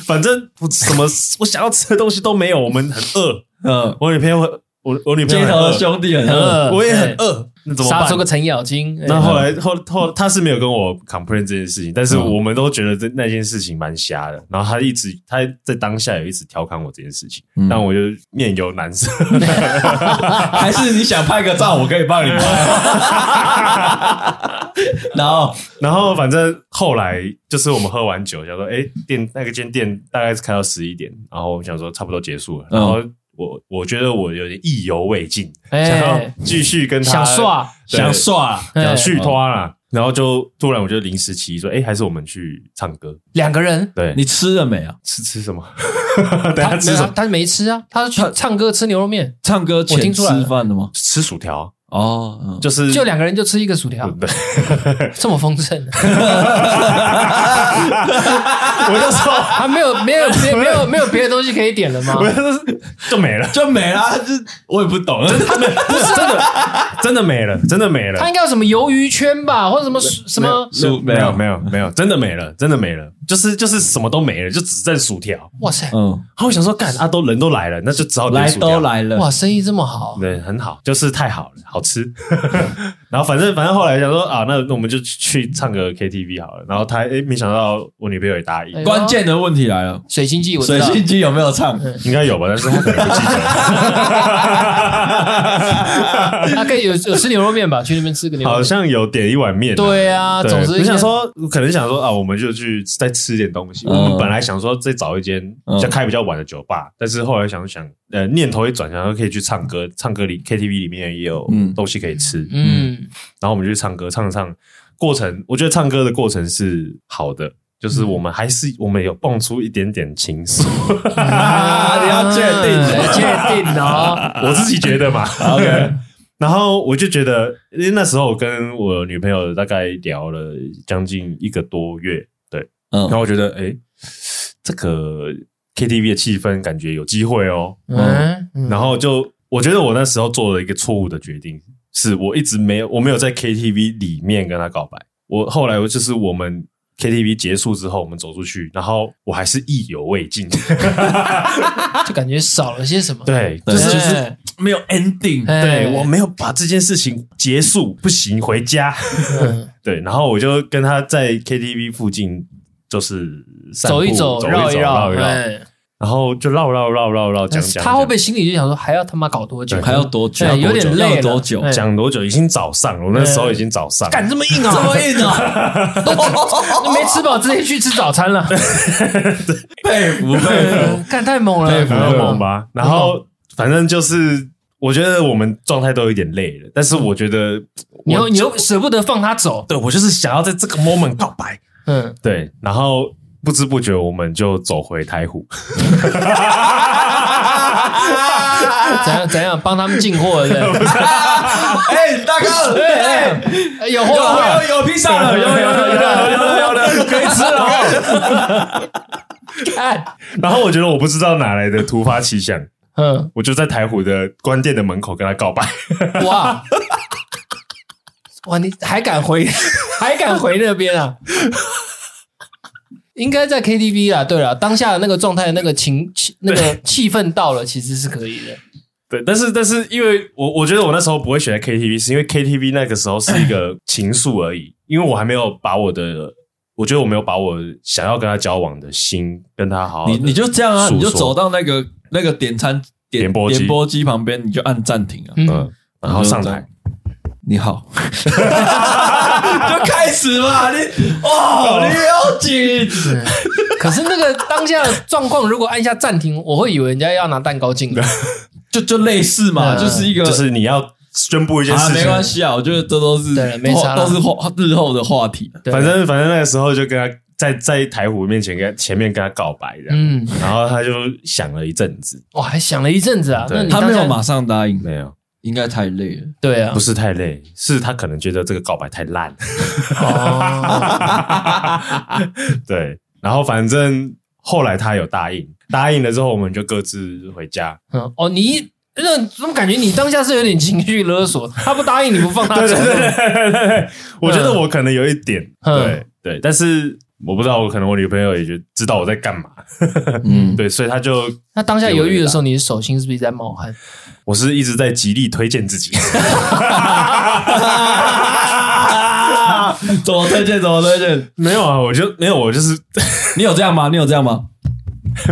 Speaker 2: 反正我什么我想要吃的东西都没有，我们很饿。
Speaker 1: 呃，
Speaker 2: 我女朋友很，我我女朋友
Speaker 1: 街
Speaker 2: 很
Speaker 1: 头的
Speaker 2: 饿，
Speaker 1: 兄弟很
Speaker 3: 很
Speaker 1: 饿，
Speaker 3: 饿
Speaker 2: 我也很饿，那怎么
Speaker 3: 呃杀
Speaker 2: 办
Speaker 3: 出？哎个程咬金，哎
Speaker 2: 那后来后后他是没有跟我 complain 这件事情，但是
Speaker 3: 嗯
Speaker 2: 我们都觉得这那件事情蛮瞎的。然后他一直他在当下有一直调侃我这件事情，
Speaker 1: 嗯
Speaker 2: 但我就面有难色。
Speaker 1: 还是你想拍个照，我可以帮你拍。然后
Speaker 2: 然后反正后来就是我们喝完酒，想说哎、诶店那个间店大概是开到十一点，然后我想说差不多结束了，
Speaker 1: 嗯
Speaker 2: 然后我我觉得我有点意犹未尽，想要
Speaker 3: 哎，
Speaker 2: 继续跟他
Speaker 3: 想耍，
Speaker 2: 对
Speaker 1: 想耍，
Speaker 2: 想
Speaker 3: 哎
Speaker 2: 续拖啦。然后就突然我就临时起意说，哎、还是我们去唱歌？
Speaker 3: 两个人，
Speaker 2: 对，
Speaker 1: 你吃了没啊？
Speaker 2: 吃吃什 么？等 一下
Speaker 3: 他
Speaker 2: 吃什么？
Speaker 3: 他没吃啊，他去唱歌吃牛肉面，
Speaker 1: 唱歌
Speaker 3: 我
Speaker 1: 前
Speaker 3: 听出
Speaker 1: 吃
Speaker 3: 来了
Speaker 1: 饭的吗？
Speaker 2: 吃薯条，
Speaker 1: 哦，嗯
Speaker 2: 就是
Speaker 3: 就两个人就吃一个薯条，
Speaker 2: 对，
Speaker 3: 这么丰盛，
Speaker 2: 我就说，
Speaker 3: 啊，没有没有没有没有没有别的东西可以点了吗？
Speaker 2: 我就是 就没了，
Speaker 1: 就没啦，就是我也不懂，
Speaker 2: 不是真的，真的没了，真的没
Speaker 3: 他
Speaker 2: 了，
Speaker 3: 应该有什么鱿鱼圈吧，或者什么什么？
Speaker 1: 薯
Speaker 2: 没有没有没有，真的没了，真的没了，就是就是什么都没了，就只剩薯条。
Speaker 3: 哇塞，
Speaker 1: 嗯，
Speaker 2: 然后我想说，干啊，都人都来了，那就只好点
Speaker 1: 来
Speaker 2: 薯条
Speaker 1: 都，来了，
Speaker 3: 哇，生意这么好，
Speaker 2: 对，很好，就是太好了，好吃。 然后反正反正后来想说啊，那那我们就去唱个 KTV 好了。然后他哎，没想到我女朋友也答
Speaker 3: 哎
Speaker 2: 应，
Speaker 3: 呦
Speaker 1: 关键的问题来了，
Speaker 3: 水星记我知
Speaker 1: 水
Speaker 3: 道，
Speaker 1: 星机有没有 唱？
Speaker 2: 应该有吧，但是他可能不记得。
Speaker 3: 他可以有有吃牛肉面吧？去那边吃个牛肉
Speaker 2: 好
Speaker 3: 面。
Speaker 2: 像有点一碗面、
Speaker 3: 对啊，
Speaker 2: 对
Speaker 3: 总之
Speaker 2: 我想说，可能想说啊，我们就去再吃点东西。
Speaker 1: 嗯
Speaker 2: 我们本来想说再找一间
Speaker 1: 嗯
Speaker 2: 就开比较晚的酒吧，但是后来想想，呃，念头一转，想说可以去唱歌，唱歌里 KTV 里面也有
Speaker 1: 嗯
Speaker 2: 东西可以吃。
Speaker 3: 嗯，
Speaker 2: 然后我们就去唱歌，唱唱过程，我觉得唱歌的过程是好的，就是我们还是我们有蹦出一点点情愫，嗯
Speaker 1: 啊你要确定
Speaker 3: 哎确定哦。
Speaker 2: 我自己觉得嘛。
Speaker 1: OK
Speaker 2: 然后我就觉得，因为那时候我跟我女朋友大概聊了将近一个多月，对，然
Speaker 1: 嗯
Speaker 2: 后我觉得，哎、这个 KTV 的气氛感觉有机会哦。
Speaker 3: 嗯，嗯
Speaker 2: 然后就我觉得我那时候做了一个错误的决定，是我一直没有我没有在 KTV 里面跟他告白。我后来就是我们 KTV 结束之后，我们走出去，然后我还是意犹未尽。
Speaker 3: 就感觉少了些什么。
Speaker 2: 对，
Speaker 1: 对
Speaker 2: 就是
Speaker 1: 就
Speaker 2: 就是，
Speaker 1: 是没有 ending，
Speaker 3: 哎
Speaker 2: 对我没有把这件事情结束，不行，回家。
Speaker 3: 嗯
Speaker 2: 对，然后我就跟他在 KTV 附近就是 散步
Speaker 3: 走一走，
Speaker 2: 走
Speaker 3: 绕
Speaker 2: 一
Speaker 3: 绕，
Speaker 2: 绕一绕，
Speaker 3: 哎
Speaker 2: 然后就绕绕绕绕绕讲讲，
Speaker 3: 他会
Speaker 2: 讲
Speaker 3: 不会心里就想说，还要他妈搞多久？
Speaker 2: 对
Speaker 1: 还要多久？
Speaker 3: 对有点累了
Speaker 1: 要多久？
Speaker 3: 对
Speaker 2: 讲多久？已经早上了，我那时候已经早上了，
Speaker 3: 干这么硬
Speaker 1: 这
Speaker 3: 啊
Speaker 1: 么？硬啊！
Speaker 3: 你没吃饱，直接去吃早餐了。
Speaker 1: 佩服佩 服，
Speaker 3: 嗯干太猛了，
Speaker 1: 佩服
Speaker 2: 很
Speaker 1: 佩服
Speaker 2: 猛吧？然
Speaker 3: 很
Speaker 2: 后反正就是，我觉得我们状态都有点累了，但是我觉得
Speaker 3: 你又
Speaker 2: 我
Speaker 3: 你又舍不得放他走，
Speaker 2: 对我就是想要在这个 moment 告白，
Speaker 3: 嗯，
Speaker 2: 对，然后不知不觉我们就走回台湖，
Speaker 3: 怎 样怎样帮他们进 货，对不对？
Speaker 1: 哎，大哥，哎，
Speaker 3: 哎有货
Speaker 1: 有
Speaker 3: 了，
Speaker 1: 有有披上了，有有有有有有有，可以吃了。
Speaker 3: 看，
Speaker 2: 然后我觉得我不知道哪来的突发奇想，
Speaker 3: 嗯，
Speaker 2: 我就在台湖的关店的门口跟他告白，
Speaker 3: 哇，哇，你还敢回， 还敢回那边啊？应该在 KTV 啦，对了，当下的那个状态、那个情、气那 个气氛到了，其实是可以的。
Speaker 2: 对，但是但是因为我我觉得我那时候不会选择 KTV，是因为 KTV 那个时候是一 个情愫而已，因为我还没有把我的，我觉得我没有把我想要跟他交往的心跟他好好地
Speaker 1: 你你就这样啊，
Speaker 2: 诉
Speaker 1: 你
Speaker 2: 说
Speaker 1: 就走到那个那个点餐点
Speaker 2: 点播机
Speaker 1: 点播机旁边，你就按暂停啊。
Speaker 3: 嗯
Speaker 2: 嗯，，然后上台，
Speaker 1: 你好，就开始嘛，你哦，你要紧，
Speaker 3: 对可是那个当下的状况，如果按下暂停，我会以为人家要拿蛋糕进来。
Speaker 1: 就就类似嘛，
Speaker 3: 嗯
Speaker 1: 就是一个
Speaker 2: 就是你要宣布一件
Speaker 1: 啊，
Speaker 2: 事
Speaker 1: 没
Speaker 2: 情。
Speaker 1: 关系啊，我觉得这都是
Speaker 3: 对没差啦
Speaker 1: 都是后日后的话题。
Speaker 3: 对
Speaker 2: 反正反正那个时候就跟他在在台虎面前跟他前面跟他告白这样，
Speaker 3: 嗯，
Speaker 2: 然后他就想了一阵子，
Speaker 3: 我还想了一阵子啊，
Speaker 2: 对
Speaker 3: 那你
Speaker 1: 他没
Speaker 3: 当下
Speaker 1: 有？马上答应，
Speaker 2: 没有，
Speaker 1: 应该太累了。
Speaker 3: 对啊
Speaker 2: 不，是太累，是他可能觉得这个告白太烂，
Speaker 3: 哦，
Speaker 2: 对，然后反正后来他有答应，答应了之后我们就各自回家，
Speaker 3: 嗯哦，你那怎么感觉你当下是有点情绪勒索？ 他不答应你不放他走，
Speaker 2: 对对对对对对，我觉得我可能有一点，
Speaker 3: 嗯
Speaker 2: 对对，但是我不知道，我可能我女朋友也就知道我在干嘛，
Speaker 1: 嗯，
Speaker 2: 对，所以她就
Speaker 3: 那当下犹豫的时候，你的手心是不是在冒汗？
Speaker 2: 我是一直在极力推荐自己，
Speaker 1: 嗯 怎么推荐？怎么推荐？
Speaker 2: 没有啊，我就没有，我就是
Speaker 1: 你有这样吗？你有这样吗？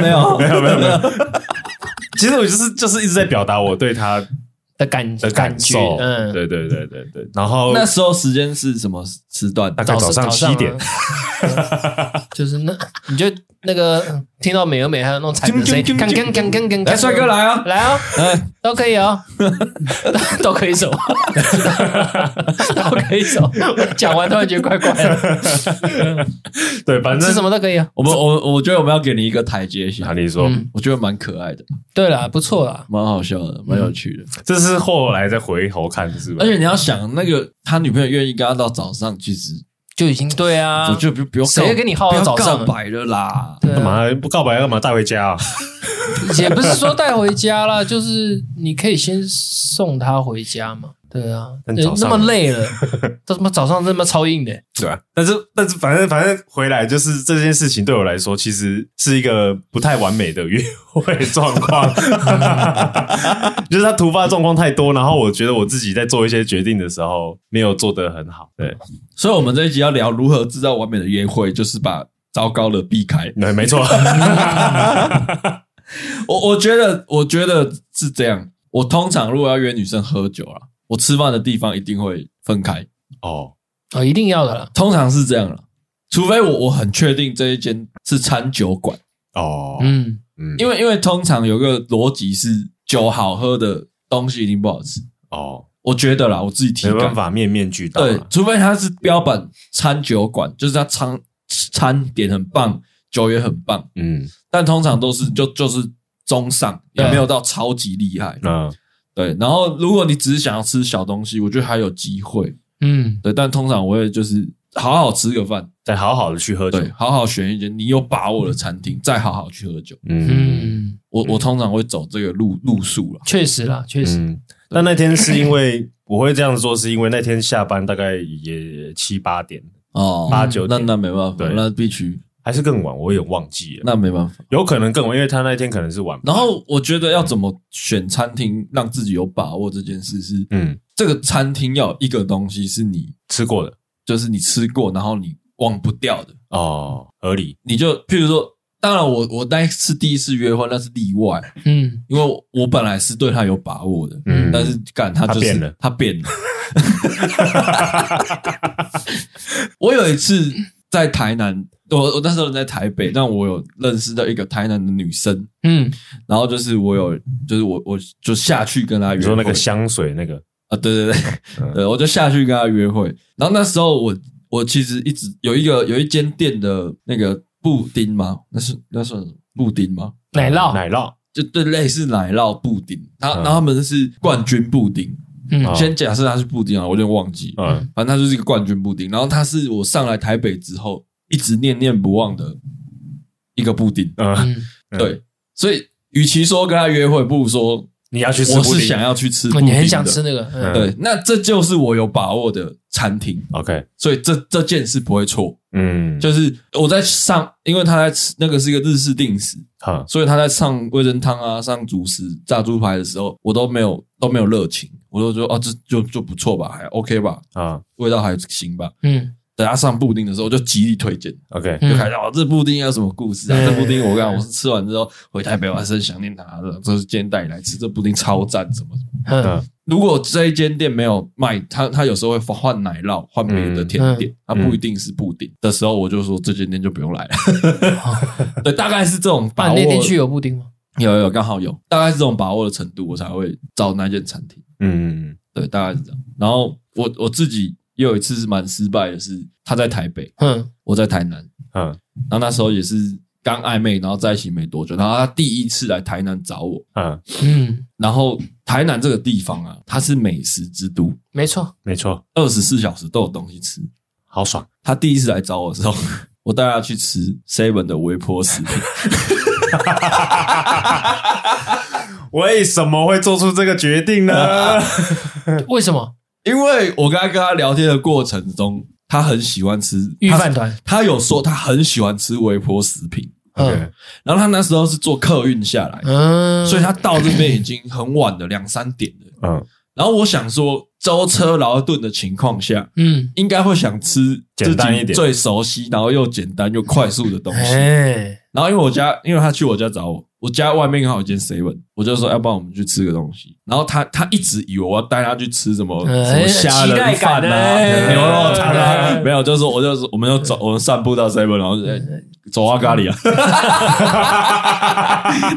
Speaker 1: 没有，
Speaker 2: 没有没有没有，其实我就是就是一直在表达我对她
Speaker 3: 的感
Speaker 2: 的
Speaker 3: 感
Speaker 2: 受
Speaker 3: 觉，，嗯，
Speaker 2: 对对对对对，然后
Speaker 1: 那时候时间是什么时段？
Speaker 2: 大概早上七点，
Speaker 3: 啊 就是那你就那个嗯听到美而美还有那种踩的声音，
Speaker 1: 叮叮
Speaker 3: 干
Speaker 1: 叮
Speaker 3: 干干干干，
Speaker 1: 来，帅哥来啊！
Speaker 3: 来啊，
Speaker 1: 哎，
Speaker 3: 都可以哦， 都可以走， 都可以走。讲完突然觉得怪怪的，
Speaker 2: 对，反正
Speaker 3: 吃什么都可以啊。
Speaker 1: 我们我我觉得我们要给你一个台阶
Speaker 2: 哪
Speaker 1: 下，
Speaker 2: 里说？
Speaker 3: 嗯
Speaker 1: 我觉得蛮可爱的，
Speaker 3: 对啦，不错啦，
Speaker 1: 蛮好笑的，蛮有趣的。
Speaker 2: 这是后来再回头看，是吧
Speaker 1: 而？且你要想，那个他女朋友愿意跟他到早上，其实
Speaker 3: 就已经对
Speaker 1: 我
Speaker 3: 啊。
Speaker 1: 就不不用告
Speaker 3: 谁会跟你耗到早上啊
Speaker 1: 不要告白了啦。
Speaker 3: 对啊
Speaker 2: 干？嘛不告白？干嘛带回家啊？
Speaker 3: 也不是说带回家啦， 就是你可以先送他回家嘛。对啊，
Speaker 2: 但
Speaker 3: 人
Speaker 2: 早
Speaker 3: 那
Speaker 2: 上
Speaker 3: 么累了，都他妈早上他妈超硬的、
Speaker 2: 对啊，但是但是反正反正回来就是这件事情对我来说，其实是一个不太完美的约会状况，就是他突发状况太多，然后我觉得我自己在做一些决定的时候没有做得很好，对，
Speaker 1: 所以，我们这一集要聊如何制造完美的约会，就是把糟糕的避开。
Speaker 2: 对，没错，
Speaker 1: 我我觉得，我觉得是这样。我通常如果要约女生喝酒啊，我吃饭的地方一定会分开，
Speaker 2: 哦，
Speaker 3: 哦，一定要的啦。
Speaker 1: 通常是这样了。除非我我很确定这一间是餐酒馆，
Speaker 2: 哦，嗯
Speaker 3: 嗯，
Speaker 2: 嗯，
Speaker 1: 因为因为通常有个逻辑是酒好喝的东西一定不好吃，
Speaker 2: 哦，
Speaker 1: 我觉得啦，我自己体
Speaker 2: 没
Speaker 1: 感
Speaker 2: 办。法面面俱到啊，
Speaker 1: 对，除非它是标本餐酒馆，就是它餐餐点很棒，酒也很棒，
Speaker 2: 嗯，
Speaker 1: 但通常都是就就是中上，也
Speaker 3: 对
Speaker 2: 啊
Speaker 1: 没有到超级厉害。
Speaker 2: 那
Speaker 1: 对，然后如果你只是想要吃小东西，我觉得还有机会。
Speaker 3: 嗯，
Speaker 1: 对，但通常我也就是好好吃个饭，
Speaker 2: 再好好的去喝酒，
Speaker 1: 对，好好选一间你有把握的餐厅，再好好去喝酒。
Speaker 2: 嗯
Speaker 3: 嗯，
Speaker 1: 我我通常会走这个路路数了。
Speaker 3: 确实啦，确实。
Speaker 2: 嗯，那嗯那天是因为我会这样做，是因为那天下班大概也七八点，
Speaker 1: 哦，
Speaker 2: 八九
Speaker 1: 那
Speaker 2: 点
Speaker 1: 那没办法，
Speaker 2: 对
Speaker 1: 那必须
Speaker 2: 还是更晚，我有点忘记了，
Speaker 1: 那没办法。
Speaker 2: 有可能更晚，因为他那一天可能是晚
Speaker 1: 然
Speaker 2: 班。
Speaker 1: 后我觉得要怎么选餐厅让自己有把握这件事是，
Speaker 2: 嗯，
Speaker 1: 这个餐厅要有一个东西是你
Speaker 2: 吃过的
Speaker 1: 就是你吃过然后你忘不掉的，
Speaker 2: 哦，合理。
Speaker 1: 你就譬如说，当然我我那一次第一次约会那是例外，
Speaker 3: 嗯，
Speaker 1: 因为我本来是对他有把握的，
Speaker 2: 嗯
Speaker 1: 但是干他就是
Speaker 2: 他变了
Speaker 1: 他变 了。我有一次在台南，我我那时候人在台北，但我有认识到一个台南的女生，
Speaker 3: 嗯
Speaker 1: 然后就是我有就是我我就下去跟她约
Speaker 2: 你
Speaker 1: 会，
Speaker 2: 说那个香水那个，
Speaker 1: 啊，对对对，
Speaker 2: 嗯
Speaker 1: 对我就下去跟他约会。然后那时候我我其实一直有一个有一间店的那个布丁吗？那是那算什么布丁吗？
Speaker 3: 奶酪
Speaker 2: 奶酪，
Speaker 1: 就对，类似奶酪布丁，他
Speaker 2: 嗯
Speaker 1: 然后他们是冠军布丁。
Speaker 3: 嗯
Speaker 2: 哦
Speaker 1: 先假设它是布丁啊，我有点忘记，
Speaker 2: 嗯
Speaker 1: 反正它就是一个冠军布丁。然后它是我上来台北之后一直念念不忘的一个布丁。
Speaker 2: 嗯，
Speaker 3: 嗯，
Speaker 2: 嗯
Speaker 1: 对，所以与其说跟他约会，不如说
Speaker 2: 你要去吃
Speaker 1: 我
Speaker 2: 布
Speaker 1: 是
Speaker 2: 丁
Speaker 1: 想要去吃布
Speaker 3: 哦
Speaker 1: 丁
Speaker 3: 你
Speaker 1: 的，
Speaker 3: 很想吃那个，嗯
Speaker 2: 嗯
Speaker 1: 对，那这就是我有把握的餐厅，
Speaker 2: ，OK，
Speaker 1: 所以这这件事不会错。
Speaker 2: 嗯，
Speaker 1: 就是我在上，因为他在吃那个是一个日式定食，
Speaker 2: 哈，
Speaker 1: 所以他在上味噌汤啊、上主食炸猪排的时候，我都没有都没有热情，我都说哦，这就就不错吧，还 OK 吧，
Speaker 2: 啊
Speaker 1: 味道还行吧。
Speaker 3: 嗯
Speaker 1: 等他上布丁的时候，我就极力推荐，
Speaker 2: ，OK，
Speaker 1: 就
Speaker 3: 嗯
Speaker 1: 开始哦，这布丁有什么故事啊？
Speaker 3: 嗯
Speaker 1: 这布丁我刚我是吃完之后回台北，我还是很想念它的，这是今天带你来吃，这布丁超赞，什么什么。
Speaker 3: 嗯
Speaker 2: 嗯
Speaker 1: 如果这一间店没有卖，他他有时候会换奶酪，换别的甜点，他、不一定是布丁、的时候，我就说这间店就不用来了。 对，大概是这种把
Speaker 3: 啊，
Speaker 1: 握。
Speaker 3: 那天去有布丁吗？
Speaker 1: 有有刚好有，大概是这种把握的程度，我才会找那间餐厅。
Speaker 2: 嗯，
Speaker 1: 对，大概是这样。然后我我自己也有一次是蛮失败的是，他在台北，
Speaker 3: 嗯
Speaker 1: 我在台南，
Speaker 2: 嗯
Speaker 1: 然后那时候也是刚暧昧，然后在一起没多久，然后他第一次来台南找我，
Speaker 2: 嗯，
Speaker 3: 嗯，
Speaker 1: 然后台南这个地方啊，它是美食之都，
Speaker 3: 没错，
Speaker 2: 没错，
Speaker 1: 二十四小时都有东西吃。
Speaker 2: 好爽，
Speaker 1: 他第一次来找我的时候， 我带他去吃 Seven 的微波食品，
Speaker 2: 为什么会做出这个决定 呢？
Speaker 3: 为什么
Speaker 1: 因为我刚才跟他聊天的过程中，他很喜欢吃
Speaker 3: 御
Speaker 1: 他
Speaker 3: 饭团？
Speaker 1: 他有说他很喜欢吃微波食品，
Speaker 3: 嗯
Speaker 2: OK，
Speaker 1: 然后他那时候是坐客运下来，
Speaker 3: 嗯，
Speaker 1: 所以他到这边已经很晚了，两三点了。
Speaker 2: 嗯，
Speaker 1: 然后我想说，舟车劳顿的情况下，
Speaker 3: 嗯，
Speaker 1: 应该会想吃
Speaker 2: 简单一点
Speaker 1: 自己最熟悉，然后又简单又快速的东西。
Speaker 3: 哎，
Speaker 1: 然后因为我家，因为他去我家找我，我家外面刚好有一间 seven，我就说
Speaker 3: 嗯
Speaker 1: 要不然我们去吃个东西。然后他他一直以为我要带他去吃什么、
Speaker 3: 哎
Speaker 1: 什么虾仁饭
Speaker 3: 期待感
Speaker 1: 啊、
Speaker 3: 哎
Speaker 1: 牛肉汤啊
Speaker 3: 哎，嗯
Speaker 1: 没有，就是我就是我们就走，我们散步到 seven，然后就、哎走啊咖喱 啊。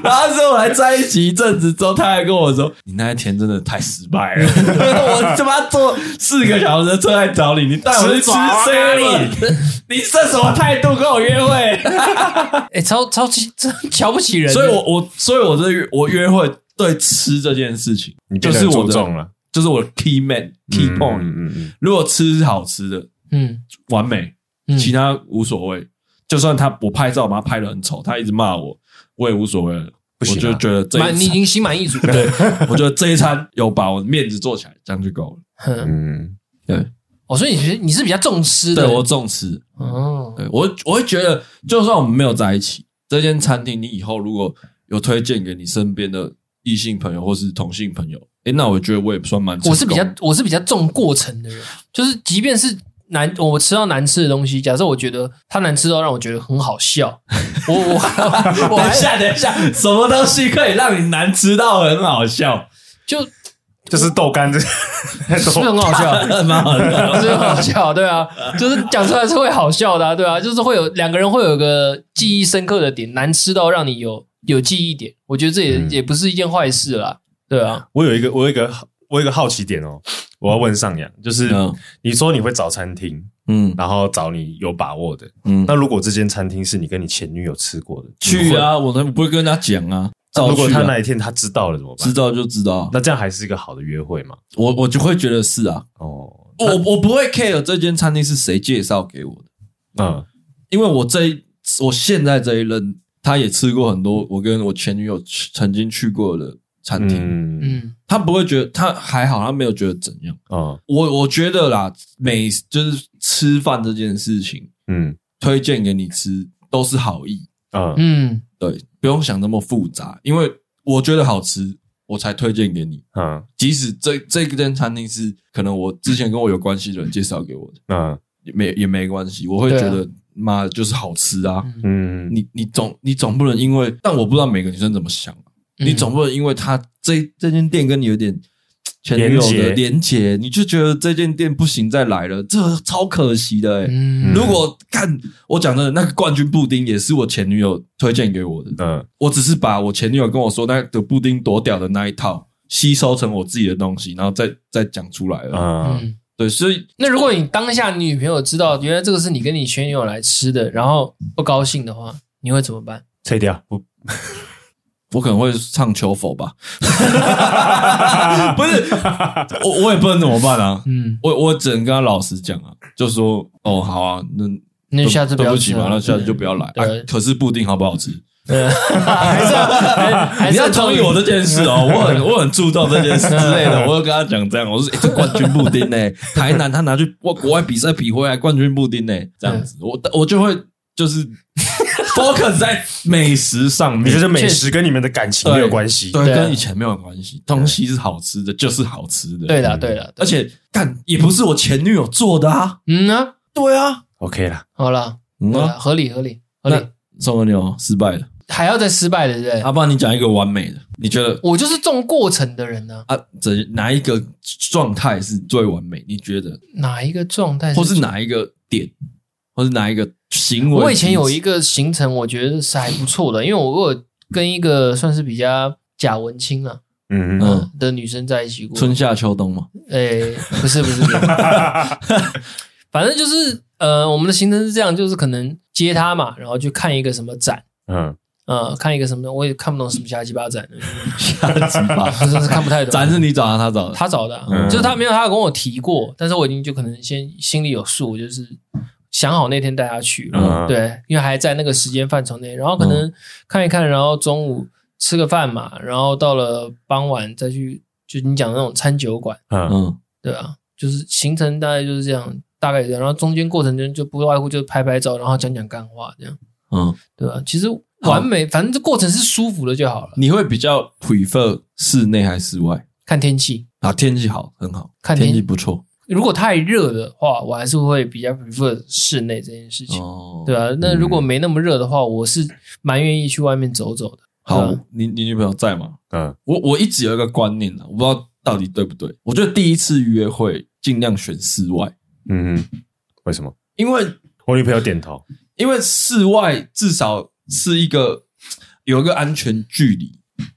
Speaker 1: 然后之后来在一起一阵子之后，他还跟我说：“你那一天真的太失败了， 我他妈坐四个小时的车来找你，你带我去吃
Speaker 2: 吃爪哇
Speaker 3: 啊
Speaker 2: 咖
Speaker 1: seven，你这什么态度跟我约会？”
Speaker 3: 哎，超超级 真瞧不起人，
Speaker 1: 所以我我所以我这约我约会对吃这件事情
Speaker 2: 你，
Speaker 1: 就
Speaker 2: 变得
Speaker 1: 是我
Speaker 2: 注重
Speaker 1: 的
Speaker 2: 了
Speaker 1: 就是我的 key man key
Speaker 2: 嗯
Speaker 1: point、
Speaker 2: 嗯嗯
Speaker 1: 如果吃是好吃的，
Speaker 3: 嗯
Speaker 1: 完美，
Speaker 3: 嗯
Speaker 1: 其他无所谓。就算他我拍照把他拍的很丑，他一直骂我，我也无所谓了。
Speaker 2: 不行
Speaker 1: 我
Speaker 2: 啊
Speaker 1: 就觉得这
Speaker 3: 满，你
Speaker 1: 一
Speaker 3: 已
Speaker 1: 餐，
Speaker 3: 经心满意足了。
Speaker 1: 对， 我觉得这一餐有把我的面子做起来，这样就够了。
Speaker 3: 嗯，
Speaker 2: 嗯
Speaker 1: 对，
Speaker 3: 哦，所以你觉得你是比较重吃的？
Speaker 1: 对我重吃，
Speaker 3: 哦，
Speaker 1: 对我我会觉得，就算我们没有在一起，这间餐厅你以后如果有推荐给你身边的异性朋友或是同性朋友，诶、那我觉得我也算蛮成功
Speaker 3: 我是比较我是比较重过程的人，就是即便是难我吃到难吃的东西，假设我觉得它难吃到让我觉得很好笑，我 我我
Speaker 1: 等一
Speaker 3: 还
Speaker 1: 下，等一下，什么东西可以让你难吃到很好笑？
Speaker 3: 就
Speaker 2: 就是豆干 这，
Speaker 3: 是不是很好笑？
Speaker 1: 蛮好笑。
Speaker 3: 是不是很好笑？对 啊，就是讲出来是会好笑的、啊，对啊，就是会有两个人会有个记忆深刻的点，难吃到让你有有记忆点，我觉得这也、
Speaker 2: 嗯
Speaker 3: 也不是一件坏事啦，对啊，
Speaker 2: 我有一个，我有一个，我有一个好奇点哦，我要问上扬，就是
Speaker 1: 嗯
Speaker 2: 你说你会找餐厅，
Speaker 1: 嗯
Speaker 2: 然后找你有把握的，
Speaker 1: 嗯，
Speaker 2: 那如果这间餐厅是你跟你前女友吃过的，你
Speaker 1: 去
Speaker 2: 会！
Speaker 1: 啊，我才不会跟他讲啊。
Speaker 2: 那
Speaker 1: 早
Speaker 2: 如果
Speaker 1: 去
Speaker 2: 他
Speaker 1: 啊
Speaker 2: 哪一天他知道了怎么
Speaker 1: 知
Speaker 2: 办？
Speaker 1: 道就知道啊，
Speaker 2: 那这样还是一个好的约会嘛？
Speaker 1: 我我就会觉得是啊，
Speaker 2: 哦，
Speaker 1: 我我不会 care 这间餐厅是谁介绍给我的。
Speaker 2: 嗯
Speaker 1: 因为我这一我现在这一任，他也吃过很多我跟我前女友去曾经去过的餐厅，
Speaker 2: 嗯
Speaker 3: 嗯
Speaker 1: 他不会觉得他还好，他没有觉得怎样。
Speaker 2: 嗯
Speaker 1: 我我觉得啦，美就是吃饭这件事情
Speaker 2: 嗯
Speaker 1: 推荐给你吃都是好意，
Speaker 2: 嗯
Speaker 3: 嗯，
Speaker 1: 对，不用想那么复杂，因为我觉得好吃，我才推荐给你。
Speaker 2: 嗯
Speaker 1: 即使这这间餐厅是可能我之前跟我有关系的人介绍给我的，
Speaker 2: 嗯
Speaker 1: 也没也没关系，我会
Speaker 3: 对
Speaker 1: 觉
Speaker 3: 啊
Speaker 1: 得妈、的就是好吃啊。
Speaker 3: 嗯
Speaker 2: 嗯
Speaker 1: 你你总你总不能因为，但我不知道每个女生怎么想啊、
Speaker 3: 嗯
Speaker 1: 你总不能因为她这这间店跟你有点前女友的
Speaker 2: 连结
Speaker 1: 连结，你就觉得这间店不行再来了，这超可惜的、欸。
Speaker 3: 嗯
Speaker 1: 如果看我讲真的，那个冠军布丁也是我前女友推荐给我的，
Speaker 2: 嗯
Speaker 1: 我只是把我前女友跟我说那个布丁多屌的那一套吸收成我自己的东西，然后再再讲出来了。
Speaker 2: 嗯
Speaker 3: 嗯，
Speaker 1: 对，所以
Speaker 3: 那如果你当下你女朋友知道原来这个是你跟你前女友来吃的，然后不高兴的话，你会怎么办？
Speaker 2: 退掉不
Speaker 1: 嗯我可能会唱求否吧，不是我我也不能怎么办啊，
Speaker 3: 嗯，
Speaker 1: 我我只能跟他老实讲啊，就说哦好啊，那
Speaker 3: 那
Speaker 1: 对
Speaker 3: 下次不
Speaker 1: 对
Speaker 3: 要
Speaker 1: 不
Speaker 3: 吃
Speaker 1: 起
Speaker 3: 了
Speaker 1: 嘛，那下次就不要来。啊
Speaker 3: 对，
Speaker 1: 可是布丁好不好吃？
Speaker 3: 对 还是要还还
Speaker 1: 你
Speaker 3: 是
Speaker 1: 要同
Speaker 3: 同
Speaker 1: 意
Speaker 3: 意
Speaker 1: 我这件事 哦，我很我很注重这件事之类的，我就跟他讲这样，我说、欸、这冠军布丁 呢、台南他拿去国国外比赛比回来冠军布丁呢、这样
Speaker 3: 嗯
Speaker 1: 子，我我就会就是 focus 在美食上
Speaker 2: 你
Speaker 1: 面
Speaker 2: 这，是美食跟你们的感情没有关系，
Speaker 1: 对，
Speaker 3: 对啊
Speaker 1: 跟以前没有关系，东西是好吃的就是好吃的，
Speaker 3: 对了对了，
Speaker 1: 而且干也不是我前女友做的啊，
Speaker 3: 嗯呢，
Speaker 1: 对啊，
Speaker 2: ，OK 啦，
Speaker 3: 好了，
Speaker 1: 嗯
Speaker 3: 对
Speaker 1: 啊
Speaker 3: 啦，合理合理合
Speaker 1: 那
Speaker 3: 理，
Speaker 1: 宋文牛失败了，
Speaker 3: 还要再失败的，对不对？
Speaker 1: 阿爸，你讲一个完美的，你觉得
Speaker 3: 我就是重过程的人呢，
Speaker 1: 啊，怎哪一个状态是最完美？你觉得，
Speaker 3: 哪一个状态？
Speaker 1: 或是？哪一个点，或是哪一个行为？
Speaker 3: 我以前有一个行程，我觉得是还不错的，因为我我有跟一个算是比较假文青啊，
Speaker 2: 嗯嗯
Speaker 3: 嗯的女生在一起过，
Speaker 1: 春夏秋冬嘛，
Speaker 3: 哎，不是不是，不是反正就是呃，我们的行程是这样，就是可能接她嘛，然后去看一个什么展，
Speaker 2: 嗯
Speaker 3: 呃，看一个什么，我也看不懂什么瞎鸡 巴展的，
Speaker 1: 夏季 吧，
Speaker 3: 真是看不太懂。
Speaker 1: 展是你找的，他找的，
Speaker 3: 他找的啊、
Speaker 2: 嗯
Speaker 3: 就是他没有他有跟我提过，但是我已经就可能先心里有数，我就是想好那天带他去了，
Speaker 2: 嗯
Speaker 3: 对，因为还在那个时间范畴内，然后可能看一看，然后中午吃个饭嘛，然后到了傍晚再去，就你讲的那种餐酒馆，
Speaker 2: 嗯
Speaker 1: 嗯，
Speaker 3: 对啊，就是行程大概就是这样，大概这样，然后中间过程中就不外乎就拍拍照，然后讲讲干话这样，
Speaker 1: 嗯，
Speaker 3: 对吧、其实完美，反正这过程是舒服的就好了，
Speaker 1: 你会比较 prefer 室内还是室外？
Speaker 3: 看天气，
Speaker 1: 啊，天气好，很好，
Speaker 3: 看天
Speaker 1: 天气不错
Speaker 3: 如果太热的话，我还是会比较 prefer 室内这件事情，
Speaker 1: 哦。
Speaker 3: 对啊，那如果没那么热的话，我是蛮愿意去外面走走的。
Speaker 1: 好
Speaker 3: 对啊，
Speaker 1: 你你女朋友在吗？
Speaker 2: 嗯
Speaker 1: 我我一直有一个观念啊，我不知道到底对不对。我觉得第一次约会尽量选室外，
Speaker 2: 嗯，为什么？
Speaker 1: 因为
Speaker 2: 我女朋友点头，
Speaker 1: 因为室外至少是一个有一个安全距离。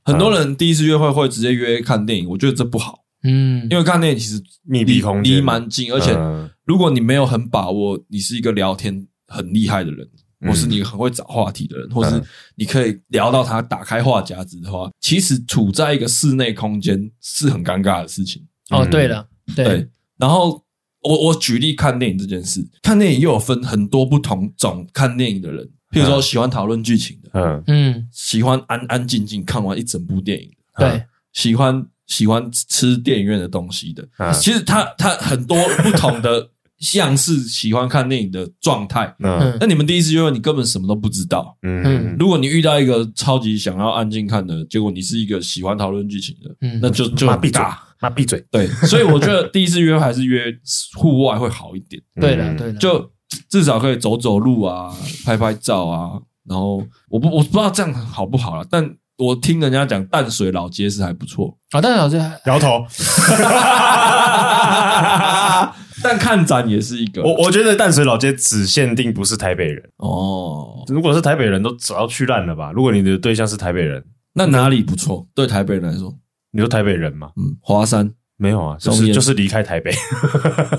Speaker 1: 很多人第一次约会会直接约看电影，我觉得这不好，
Speaker 3: 嗯
Speaker 1: 因为看电影其实
Speaker 2: 密
Speaker 1: 离
Speaker 2: 闭空间
Speaker 1: 离蛮近，而且
Speaker 2: 嗯
Speaker 1: 如果你没有很把握，你是一个聊天很厉害的人，
Speaker 2: 嗯
Speaker 1: 或是你很会找话题的人，或是
Speaker 2: 嗯
Speaker 1: 你可以聊到他打开话匣子的话，其实处在一个室内空间是很尴尬的事情。
Speaker 3: 哦，
Speaker 2: 嗯
Speaker 3: 对了，对，
Speaker 1: 对，然后我我举例看电影这件事，看电影又有分很多不同种看电影的人，譬如说喜欢讨论剧情的，
Speaker 2: 嗯
Speaker 3: 嗯，
Speaker 1: 喜欢安安静静看完一整部电影的，啊
Speaker 3: 对，
Speaker 1: 喜欢喜欢吃电影院的东西的。
Speaker 3: 啊
Speaker 2: 嗯
Speaker 1: 其实他他很多不同的 样式喜欢看电影的状态。
Speaker 2: 嗯
Speaker 3: 嗯
Speaker 1: 那你们第一次约会，你根本什么都不知道。
Speaker 2: 嗯
Speaker 1: 如果你遇到一个超级想要安静看的，结果你是一个喜欢讨论剧情的，
Speaker 3: 嗯
Speaker 1: 那就就
Speaker 2: 妈
Speaker 1: 很
Speaker 2: 闭嘴
Speaker 1: 尬。，
Speaker 2: 妈闭嘴，
Speaker 1: 对，所以我觉得第一次约还是约户外会好一点，
Speaker 3: 对了，
Speaker 2: 嗯
Speaker 3: 对了，
Speaker 1: 就至少可以走走路啊，拍拍照啊。然后我不我不知道这样好不好了，但我听人家讲淡水老街是还不错，
Speaker 3: 啊，但是老师还
Speaker 2: 摇头。
Speaker 1: 但看展也是一个
Speaker 2: 我我觉得淡水老街只限定不是台北人，
Speaker 1: 哦。
Speaker 2: 如果是台北人都早要去烂了吧？如果你的对象是台北人，
Speaker 1: 那哪里不错？对台北人来说，
Speaker 2: 你说台北人吗？
Speaker 1: 嗯，华山
Speaker 2: 没有啊，就
Speaker 1: 松
Speaker 2: 是
Speaker 1: 烟
Speaker 2: 就是离开 台北。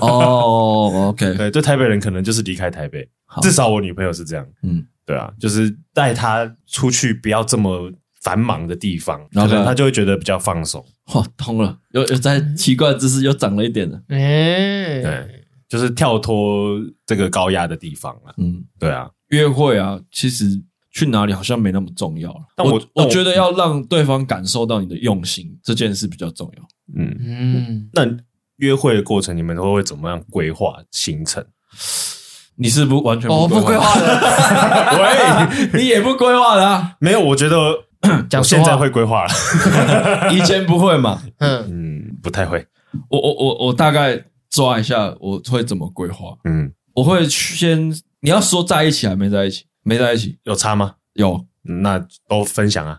Speaker 1: 哦，OK，
Speaker 2: 对，对台北人可能就是离开台北
Speaker 1: 好，
Speaker 2: 至少我女朋友是这样。
Speaker 1: 嗯，
Speaker 2: 对啊，就是带她出去不要这么繁忙的地方，
Speaker 1: 然
Speaker 2: 然
Speaker 1: 后
Speaker 2: 后
Speaker 1: 呢
Speaker 2: 她就会觉得比较放松。
Speaker 1: 哇，通了，又又在奇怪的知识又长了一点了，
Speaker 3: 哎，
Speaker 2: 对，就是跳脱这个高压的地方了。
Speaker 1: 嗯。
Speaker 2: 对啊，
Speaker 1: 约会啊，其实去哪里好像没那么重要了。
Speaker 2: 但
Speaker 1: 我
Speaker 2: 我
Speaker 1: 我
Speaker 2: 但我
Speaker 1: 觉得要让对方感受到你的用心，这件事比较重要。
Speaker 2: 嗯，
Speaker 3: 嗯，
Speaker 2: 那约会的过程你们都会怎么样规划行程？
Speaker 1: 你是不完全
Speaker 3: 哦，不规划的，
Speaker 1: 喂，你也不规划的 啊？
Speaker 2: 没有，我觉得
Speaker 3: 讲
Speaker 2: 我
Speaker 3: 实
Speaker 2: 现在
Speaker 3: 话，
Speaker 2: 会 规划了，
Speaker 1: 以前不会嘛？
Speaker 3: 嗯，
Speaker 2: 嗯，不太会，
Speaker 1: 我我我我大概抓一下我会怎么规划。
Speaker 2: 嗯，
Speaker 1: 我会先，你要说在一起还没在一起，没在一起
Speaker 2: 有差吗？
Speaker 1: 有。
Speaker 2: 那都分享啊，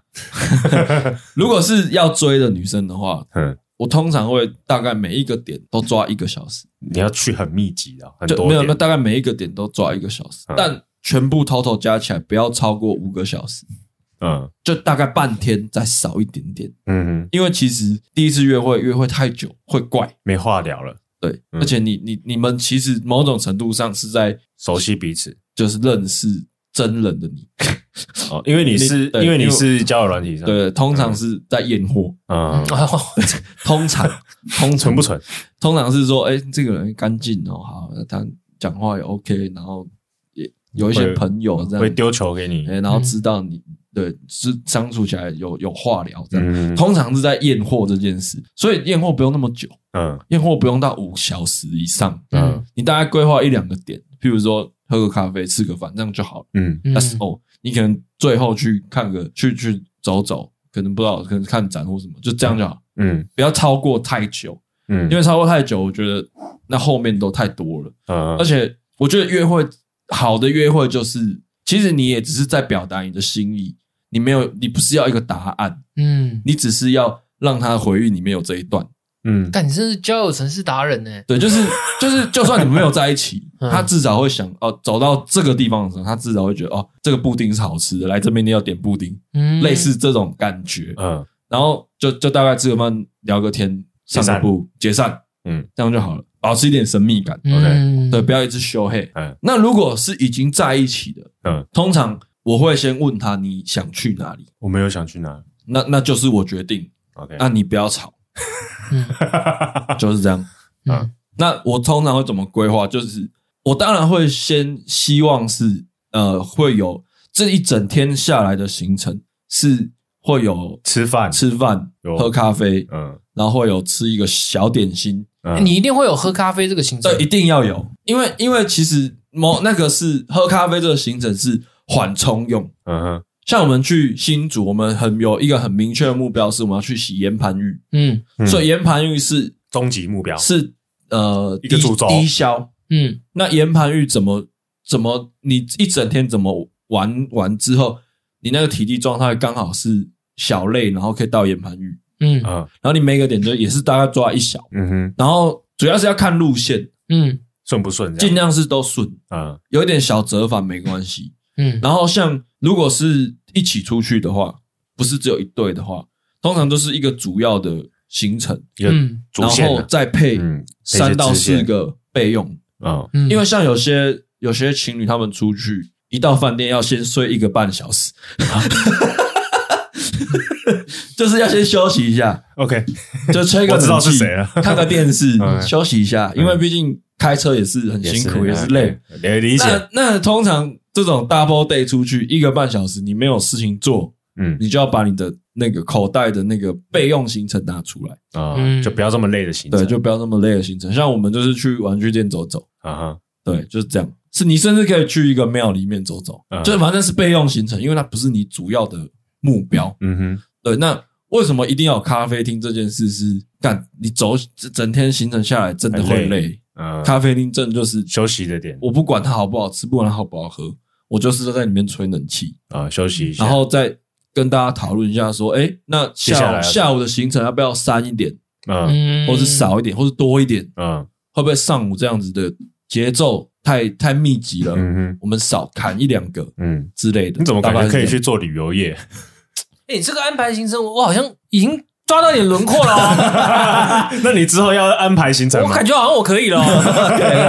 Speaker 1: 如果是要追的女生的话，
Speaker 2: 嗯，
Speaker 1: 我通常会大概每一个点都抓一个小时，
Speaker 2: 你要去很密集的，很
Speaker 1: 就
Speaker 2: 多
Speaker 1: 没有，
Speaker 2: 点
Speaker 1: 那大概每一个点都抓一个小时，
Speaker 2: 嗯
Speaker 1: 但全部 total 加起来不要超过五个小时，
Speaker 2: 嗯
Speaker 1: 就大概半天再少一点点。
Speaker 2: 嗯哼，
Speaker 1: 因为其实第一次约会约会太久会怪，
Speaker 2: 没话聊了，
Speaker 1: 对，而且你你你们其实某种程度上是在
Speaker 2: 熟悉彼此
Speaker 1: 就是认识真人的 你，
Speaker 2: 哦，因为你是
Speaker 1: 对
Speaker 2: 因为你
Speaker 1: 因为
Speaker 2: 是交友软体上，，
Speaker 1: 对，通常是在验货，
Speaker 2: 嗯，
Speaker 3: 哦
Speaker 1: 通常通
Speaker 2: 纯
Speaker 1: 常
Speaker 2: 不纯？
Speaker 1: 通常是说，哎、这个人干净哦，好，他讲话也 OK，然后也有一些
Speaker 2: 会
Speaker 1: 朋友这
Speaker 2: 会
Speaker 1: 样，
Speaker 2: 丢球给你
Speaker 1: 哎、，然后
Speaker 3: 嗯
Speaker 1: 知道你、对是相处起来有有话聊这样。
Speaker 2: 嗯
Speaker 1: 通常是在验货这件事，所以验货不用那么久，
Speaker 2: 嗯
Speaker 1: 验货不用到五小时以上，
Speaker 3: 嗯
Speaker 1: 你大概规划一两个点，譬如说喝个咖啡、吃个饭，这样就好了。
Speaker 2: 嗯
Speaker 3: 嗯
Speaker 1: 但是哦，你可能最后去看个去去走走，可能不知道，可能看展或什么，就这样就好，
Speaker 2: 嗯
Speaker 1: 不要超过太久，
Speaker 2: 嗯，
Speaker 1: 因为超过太久，我觉得那后面都太多了。
Speaker 2: 嗯
Speaker 1: 而且我觉得约会好的约会就是，其实你也只是在表达你的心意，你没有，你不是要一个答案，
Speaker 3: 嗯，
Speaker 1: 你只是要让他回忆里面有这一段。
Speaker 2: 嗯
Speaker 3: 但你真是交友城市达人呢，
Speaker 1: 对，就是就是，就算你们没有在一起，
Speaker 3: 嗯
Speaker 1: 他至少会想哦，走到这个地方的时候，他至少会觉得哦，这个布丁是好吃的，来这边一定要点布丁，
Speaker 3: 嗯，
Speaker 1: 类似这种感觉。
Speaker 2: 嗯
Speaker 1: 然后就就大概吃个饭，聊个天，
Speaker 2: 解
Speaker 1: 散
Speaker 2: 散
Speaker 1: 个步，解散，
Speaker 2: 嗯
Speaker 1: 这样就好了，保持一点神秘感。
Speaker 3: 嗯，
Speaker 1: 对，不要一直羞黑。
Speaker 2: 嗯
Speaker 1: 那如果是已经在一起的，
Speaker 2: 嗯，
Speaker 1: 通常我会先问他你想去哪里，
Speaker 2: 我没有想去哪
Speaker 1: 那那就是我决定，
Speaker 2: ，OK，
Speaker 1: 那你不要吵，
Speaker 3: 嗯，
Speaker 1: 就是这样。
Speaker 3: 嗯
Speaker 1: 那我通常会怎么规划？就是我当然会先希望是呃，会有这一整天下来的行程是会有
Speaker 2: 吃饭，
Speaker 1: 吃饭、
Speaker 2: 有
Speaker 1: 喝咖啡，
Speaker 2: 嗯
Speaker 1: 然后会有吃一个小点心，
Speaker 2: 嗯，
Speaker 3: 你一定会有喝咖啡这个行程
Speaker 1: 这，一定要有，因为因为其实某那个是喝咖啡这个行程是缓冲用。
Speaker 2: 嗯哼
Speaker 1: 像我们去新竹，我们很有一个很明确的目标，是我们要去洗岩盘浴。
Speaker 3: 嗯
Speaker 2: 嗯
Speaker 1: 所以岩盘浴是
Speaker 2: 终极目标
Speaker 1: 是呃
Speaker 2: 一个
Speaker 1: 低
Speaker 2: 主轴
Speaker 1: 低消。
Speaker 3: 嗯
Speaker 1: 那岩盘浴怎么怎么你一整天怎么玩完之后，你那个体力状态刚好是小累，然后可以到岩盘浴，
Speaker 3: 嗯
Speaker 2: 嗯
Speaker 1: 然后你每个点就也是大概抓一小，
Speaker 2: 嗯哼，
Speaker 1: 然后主要是要看路线，
Speaker 3: 嗯
Speaker 2: 顺不顺这
Speaker 1: 尽
Speaker 2: 样？
Speaker 1: 量是都顺，
Speaker 2: 嗯
Speaker 1: 有一点小折返没关系。
Speaker 3: 嗯，
Speaker 1: 然后像如果是一起出去的话，不是只有一对的话，通常都是一个主要的行程，
Speaker 2: 一个
Speaker 3: 嗯
Speaker 2: 主线
Speaker 1: 然后
Speaker 2: 啊
Speaker 1: 再配
Speaker 2: 嗯
Speaker 1: 三到四
Speaker 2: 配一些支
Speaker 1: 个备用。
Speaker 2: 嗯
Speaker 3: 嗯，
Speaker 1: 因为像有些有些情侣他们出去一到饭店要先睡一个半小时， 就是要先休息一下，
Speaker 2: ，OK，
Speaker 1: 就吹个
Speaker 2: 我知道
Speaker 1: 冷气
Speaker 2: 是谁了
Speaker 1: 看个电视
Speaker 2: 嗯
Speaker 1: 休息一下，因为毕竟开车也是很辛苦，也是累。，
Speaker 2: 也哎理解，
Speaker 1: 那那通常这种 double day 出去一个半小时，你没有事情做，
Speaker 2: 嗯
Speaker 1: 你就要把你的那个口袋的那个备用行程拿出来，
Speaker 2: 啊
Speaker 3: 嗯，
Speaker 2: 就不要这么累的行程，
Speaker 1: 对，就不要那么累的行程。像我们就是去玩具店走走，
Speaker 2: 啊哈，
Speaker 1: 对，就是这样。是你甚至可以去一个庙里面走走，
Speaker 2: 嗯
Speaker 1: 就是反正是备用行程，因为它不是你主要的目标。
Speaker 2: 嗯哼，
Speaker 1: 对，那为什么一定要有咖啡厅这件事是？干，你走整天行程下来真的会
Speaker 2: 很累
Speaker 1: 累。
Speaker 2: 嗯，
Speaker 1: 咖啡厅真的就是
Speaker 2: 休息的点
Speaker 1: 我不管它好不好吃，不管它好不好喝，我就是在里面吹冷气，
Speaker 2: 啊，休息一下，
Speaker 1: 然后再跟大家讨论一下，说，哎、那
Speaker 2: 接下
Speaker 1: 下
Speaker 2: 来
Speaker 1: 午
Speaker 2: 要
Speaker 1: 下午的行程要不要删一点，
Speaker 2: 嗯
Speaker 3: 嗯，
Speaker 1: 或是少一点，或是多一点？
Speaker 2: 嗯
Speaker 1: 会不会上午这样子的节奏太太密集了？
Speaker 2: 嗯哼
Speaker 1: 我们少砍一两个
Speaker 2: 嗯，
Speaker 1: 之类的。
Speaker 2: 你怎么感
Speaker 1: 大概
Speaker 2: 觉
Speaker 1: 是
Speaker 2: 可以
Speaker 1: 这样
Speaker 2: 去？做旅游业？
Speaker 3: 哎、这个安排行程，我好像已经抓到你的轮廓了、哦，
Speaker 2: 那你之后要安排行程
Speaker 3: 我
Speaker 2: 吗？
Speaker 3: 感觉好像我可以了、 哦。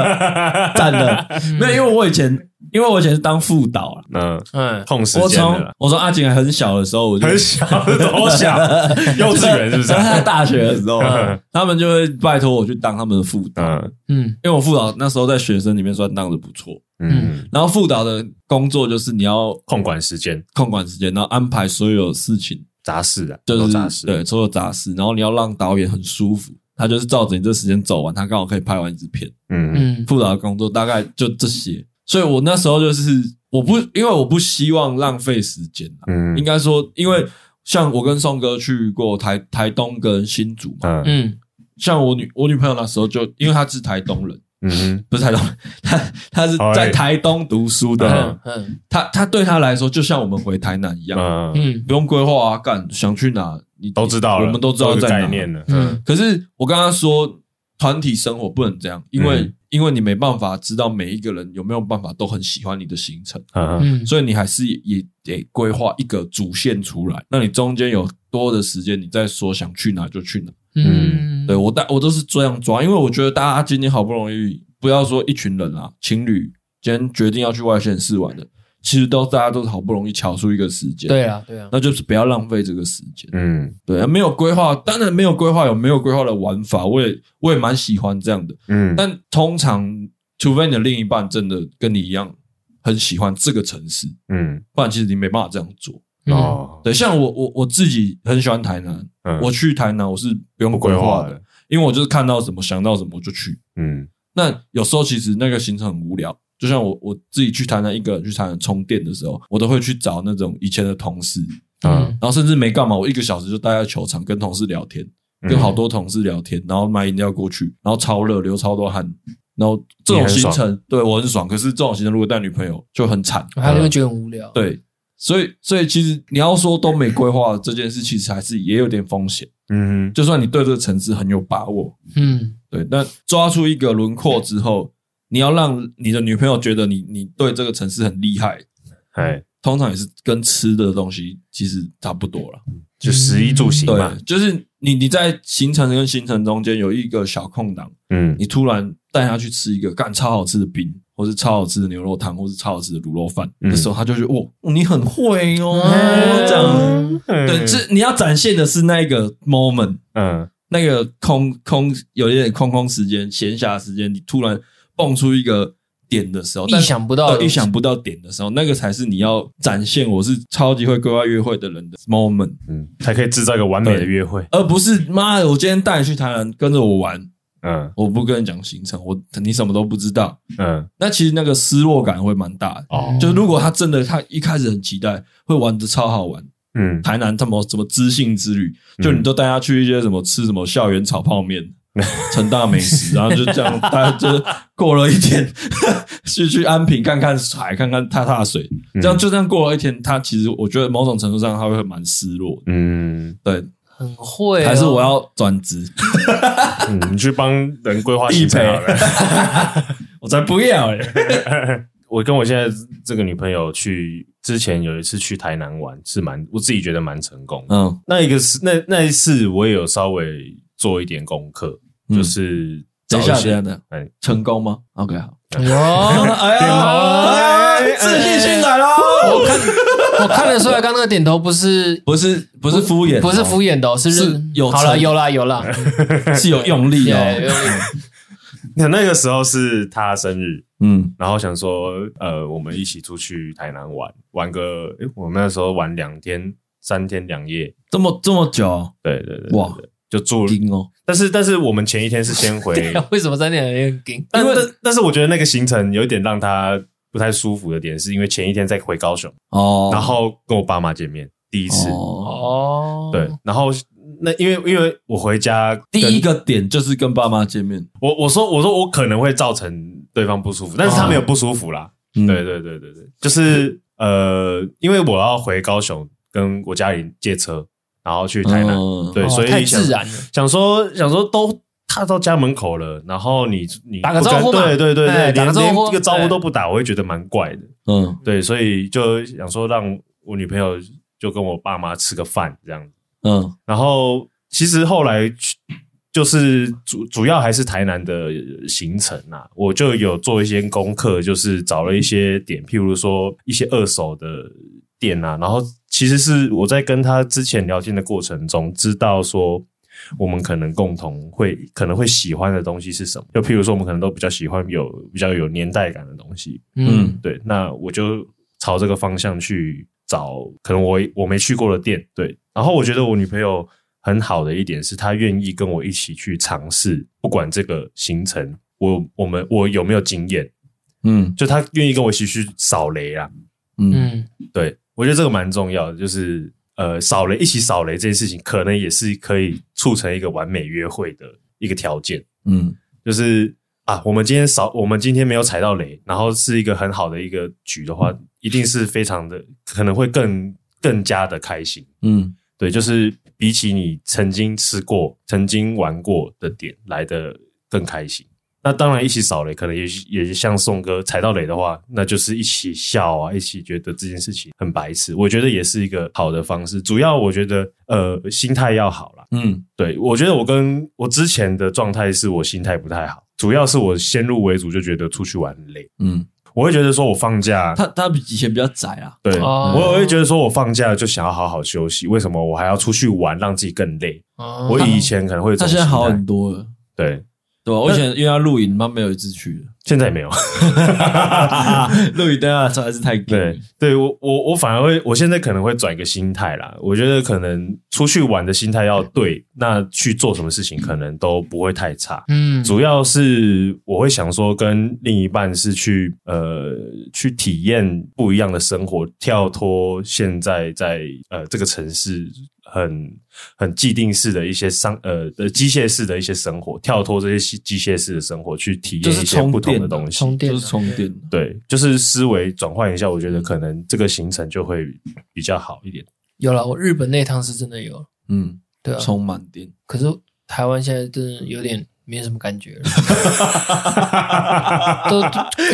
Speaker 1: 赞 了，没有，因为我以前，因为我以前是当副导啦
Speaker 2: 嗯，
Speaker 3: 嗯，
Speaker 2: 空时
Speaker 1: 我
Speaker 2: 间
Speaker 1: 从
Speaker 2: 的啦
Speaker 1: 我从阿景还很小的时候，我就
Speaker 2: 很小，多小， 幼稚园是不是？啊
Speaker 1: 在 大学的时候啊
Speaker 2: 嗯，
Speaker 1: 他们就会拜托我去当他们的副导，
Speaker 2: 嗯
Speaker 3: 嗯
Speaker 1: 因为我副导那时候在学生里面算当的不错。
Speaker 2: 嗯，
Speaker 1: 然后副导的工作就是你要
Speaker 2: 控管时间
Speaker 1: 控管时间，然后安排所有事情，
Speaker 2: 杂事啊，
Speaker 1: 就
Speaker 2: 都
Speaker 1: 是
Speaker 2: 杂事，
Speaker 1: 对所有杂事，然后你要让导演很舒服，他就是照着你这时间走完，他刚好可以拍完一支片。
Speaker 2: 嗯
Speaker 3: 嗯
Speaker 1: 辅导的工作大概就这些，所以我那时候就是我不因为我不希望浪费时间啊，
Speaker 2: 嗯
Speaker 1: 应该说因为像我跟宋哥去过台台东跟新竹嘛，
Speaker 2: 嗯
Speaker 3: 嗯
Speaker 1: 像我女我女朋友那时候就因为她是台东人，
Speaker 2: 嗯
Speaker 1: 不是台东， 她她是
Speaker 2: 哎
Speaker 1: 在台东读书的人
Speaker 3: 嗯，嗯
Speaker 1: 她她对她来说就像我们回台南一样，
Speaker 2: 嗯，
Speaker 3: 嗯
Speaker 1: 不用规划啊，干想去哪你
Speaker 2: 都知道了，
Speaker 1: 我们都知道
Speaker 2: 有
Speaker 1: 在哪
Speaker 2: 概念了。
Speaker 3: 嗯
Speaker 1: 可是我跟他说，团体生活不能这样，因为、
Speaker 2: 嗯
Speaker 1: 因为你没办法知道每一个人有没有办法都很喜欢你的行程，
Speaker 2: 嗯
Speaker 3: 嗯，
Speaker 1: 所以你还是也也得规划一个主线出来。那你中间有多的时间，你再说想去哪就去哪。
Speaker 3: 嗯
Speaker 1: 对我大我都是这样抓，因为我觉得大家今天好不容易，不要说一群人啊，情侣今天决定要去外县市玩的，其实都大家都是好不容易瞧出一个时间，
Speaker 3: 对，啊对啊，
Speaker 1: 那就是不要浪费这个时间。
Speaker 2: 嗯
Speaker 1: 对，没有规划，当然没有规划有没有规划的玩法，我也我也蛮喜欢这样的。
Speaker 2: 嗯
Speaker 1: 但通常，除非你的另一半真的跟你一样很喜欢这个城市，
Speaker 2: 嗯
Speaker 1: 不然其实你没办法这样做。
Speaker 3: 嗯
Speaker 2: 哦，
Speaker 1: 对，像我我我自己很喜欢台南，
Speaker 2: 嗯
Speaker 1: 我去台南我是不用
Speaker 2: 不
Speaker 1: 规
Speaker 2: 规
Speaker 1: 划
Speaker 2: 划
Speaker 1: 的，
Speaker 2: 的，
Speaker 1: 因为我就是看到什么想到什么我就去。
Speaker 2: 嗯
Speaker 1: 那有时候其实那个行程很无聊，就像我我自己去台南一个人去台南充电的时候，我都会去找那种以前的同事，
Speaker 2: 嗯
Speaker 3: 嗯
Speaker 1: 然后甚至没干嘛，我一个小时就待在球场跟同事聊天。
Speaker 2: 嗯
Speaker 1: 跟好多同事聊天，然后买饮料过去，然后超热，流超多汗，然后这种行
Speaker 2: 你很
Speaker 1: 程对我很爽。可是这种行程如果带女朋友就很惨，
Speaker 3: 他就会觉得很无聊。
Speaker 1: 对，所以所以其实你要说都没规划这件事，其实还是也有点风险。
Speaker 2: 嗯
Speaker 1: 就算你对这个城市很有把握，
Speaker 3: 嗯
Speaker 1: 对，但抓出一个轮廓之后，你要让你的女朋友觉得你你对这个城市很厉害，
Speaker 2: 哎，
Speaker 1: 通常也是跟吃的东西其实差不多了。
Speaker 2: 就食衣住行嘛
Speaker 1: 对，，就是你你在行程跟行程中间有一个小空档。
Speaker 2: 嗯
Speaker 1: 你突然带他去吃一个干超好吃的饼，或是超好吃的牛肉汤，或是超好吃的卤肉饭，
Speaker 2: 嗯
Speaker 1: 这时候他就觉得哇，你很会哦，
Speaker 3: 嗯
Speaker 1: 这样。对，
Speaker 2: 对
Speaker 1: 是你要展现的是那个 moment，
Speaker 2: 嗯
Speaker 1: 那个空空有一点空空时间、闲暇时间，你突然蹦出一个点的时候，但
Speaker 3: 意想不到的
Speaker 1: 对
Speaker 3: 东西
Speaker 1: 意想不到点的时候，那个才是你要展现我是超级会规划约会的人的 moment，
Speaker 2: 嗯，才可以制造一个完美的约会。
Speaker 1: 而不是妈的，我今天带你去台南，跟着我玩，
Speaker 2: 嗯
Speaker 1: 我不跟你讲行程，我你什么都不知道。
Speaker 2: 嗯
Speaker 1: 那其实那个失落感会蛮大的。
Speaker 2: 哦
Speaker 1: 就如果他真的，他一开始很期待，会玩的超好玩。
Speaker 2: 嗯
Speaker 1: 台南他们什么知性之旅，
Speaker 2: 嗯
Speaker 1: 就你都带他去一些什么吃什么校园炒泡面、成大美食， 然后就这样，大家就是过了一天， 去去安平看看海，看看踏踏水，
Speaker 2: 嗯
Speaker 1: 这样就这样过了一天，他其实我觉得某种程度上他会蛮失落的。
Speaker 2: 嗯
Speaker 1: 对，
Speaker 3: 很会哦，
Speaker 1: 还是我要转职？
Speaker 2: 嗯，你去帮人规划行程好了。
Speaker 1: 我才不要欸！
Speaker 2: 我跟我现在这个女朋友去之前有一次去台南玩，是蛮我自己觉得蛮成功的。
Speaker 1: 嗯，
Speaker 2: 那一个是那那一次我也有稍微做一点功课，
Speaker 1: 嗯
Speaker 2: 就是找
Speaker 1: 等一下，等
Speaker 2: 些
Speaker 1: 一下，等一
Speaker 2: 哎
Speaker 1: 下，成功吗？OK，好。
Speaker 3: 哟。
Speaker 1: 哎
Speaker 3: 呀
Speaker 1: 呀，哎自信心来了！
Speaker 3: 我看 我看得出来，刚刚那个点头不是
Speaker 1: 不是不是敷衍哦，
Speaker 3: 不是敷衍的哦，是
Speaker 1: 是
Speaker 3: 认
Speaker 1: 有
Speaker 3: 好了
Speaker 1: 诚
Speaker 3: 有啦有啦，
Speaker 1: 是 有用力
Speaker 3: 有有
Speaker 1: 哦。
Speaker 2: 那那个时候是她生日，
Speaker 1: 嗯
Speaker 2: 然后想说呃，我们一起出去台南玩，玩个诶、我们那时候玩两天三天两夜，
Speaker 1: 这么这么久，哦
Speaker 2: 对对对对
Speaker 1: 哇
Speaker 2: 对就住，
Speaker 1: 硬哦，
Speaker 2: 但是但是我们前一天是先 回，
Speaker 3: 有 为什么三点有点紧？
Speaker 2: 但但但是我觉得那个行程有一点让她不太舒服的点，是因为前一天在回高雄，
Speaker 1: 哦，
Speaker 2: 然后跟我爸妈见面第一次，
Speaker 1: 哦，
Speaker 3: 哦，
Speaker 2: 对，然后那因为因为我回家
Speaker 1: 第
Speaker 2: 跟
Speaker 1: 一个点就是跟爸妈见面，
Speaker 2: 我我说我说我可能会造成对方不舒服，但
Speaker 3: 啊
Speaker 2: 是他没有不舒服啦。
Speaker 1: 嗯
Speaker 2: 对对对对对，就是呃，因为我要回高雄跟我家里借车，然后去台南，
Speaker 1: 嗯
Speaker 2: 对，
Speaker 3: 哦
Speaker 2: 所以
Speaker 3: 太
Speaker 2: 想
Speaker 3: 自然了，
Speaker 2: 想说想说都踏到家门口了，然后你你
Speaker 3: 打个
Speaker 2: 不跟
Speaker 3: 招呼嘛
Speaker 2: 对对对
Speaker 3: 哎
Speaker 2: 对，
Speaker 3: 打
Speaker 2: 连
Speaker 3: 个招呼
Speaker 2: 连一个招呼
Speaker 3: 哎
Speaker 2: 都不打，我会觉得蛮怪的。
Speaker 1: 嗯
Speaker 2: 对，所以就想说让我女朋友就跟我爸妈吃个饭这样子。
Speaker 1: 嗯
Speaker 2: 然后其实后来去就是主主要还是台南的行程啊，我就有做一些功课，就是找了一些点，譬如说一些二手的店啊，然后其实是我在跟他之前聊天的过程中，知道说。我们可能共同会可能会喜欢的东西是什么？就譬如说，我们可能都比较喜欢有比较有年代感的东西，
Speaker 1: 嗯
Speaker 3: 嗯
Speaker 2: 对，那我就朝这个方向去找，可能我我没去过的店。对，然后我觉得我女朋友很好的一点是，他愿意跟我一起去尝试，不管这个行程我我们我有没有经验，
Speaker 1: 嗯
Speaker 2: 就他愿意跟我一起去扫雷啦。
Speaker 1: 嗯
Speaker 3: 嗯，
Speaker 2: 对我觉得这个蛮重要的，就是呃扫雷一起扫雷这件事情，可能也是可以促成一个完美约会的一个条件。
Speaker 1: 嗯
Speaker 2: 就是啊，我们今天少，我们今天没有踩到雷，然后是一个很好的一个局的话，一定是非常的，可能会更更加的开心。
Speaker 1: 嗯
Speaker 2: 对，就是比起你曾经吃过、曾经玩过的点来的更开心。那当然，一起扫雷，可能也是也是像宋哥踩到雷的话，那就是一起笑啊，一起觉得这件事情很白痴。我觉得也是一个好的方式。主要我觉得，呃，心态要好啦。
Speaker 1: 嗯
Speaker 2: 对，我觉得我跟我之前的状态是我心态不太好，主要是我先入为主就觉得出去玩很累，
Speaker 1: 嗯，
Speaker 2: 我会觉得说我放假，
Speaker 1: 他他比以前比较窄啊，
Speaker 2: 对、
Speaker 3: 哦
Speaker 2: 我我会觉得说我放假就想要好好休息，为什么我还要出去玩让自己更累？
Speaker 3: 哦
Speaker 2: 我以前可能会有这
Speaker 1: 他
Speaker 2: 种
Speaker 1: 现在好
Speaker 2: 心态
Speaker 1: 很多了，
Speaker 2: 对，
Speaker 1: 对吧？我以前因为他露营，妈没有一次去 的。
Speaker 2: 现在也没有，
Speaker 1: 嗯露营对他来说还是太
Speaker 2: 对
Speaker 1: 贵。
Speaker 2: 对，我我我反而会，我现在可能会转一个心态啦，我觉得可能出去玩的心态要对，那去做什么事情可能都不会太差，
Speaker 3: 嗯，
Speaker 2: 主要是我会想说，跟另一半是去呃去体验不一样的生活，跳脱现在在呃这个城市很很既定式的一些商呃的机械式的一些生活，跳脱这些机机械式的生活，去体
Speaker 1: 就
Speaker 2: 验
Speaker 1: 是
Speaker 2: 一些
Speaker 1: 充
Speaker 2: 不同
Speaker 1: 电
Speaker 2: 的
Speaker 1: 的
Speaker 2: 东西。
Speaker 3: 充电
Speaker 1: 就是充电的。
Speaker 2: 对，就是思维转换一下，我觉得可能这个行程就会比较好一点。
Speaker 3: 有了，我日本那趟是真的有，
Speaker 1: 嗯，
Speaker 3: 对啊，
Speaker 1: 充满电。
Speaker 3: 可是台湾现在真的有点没什么 感觉了， 都都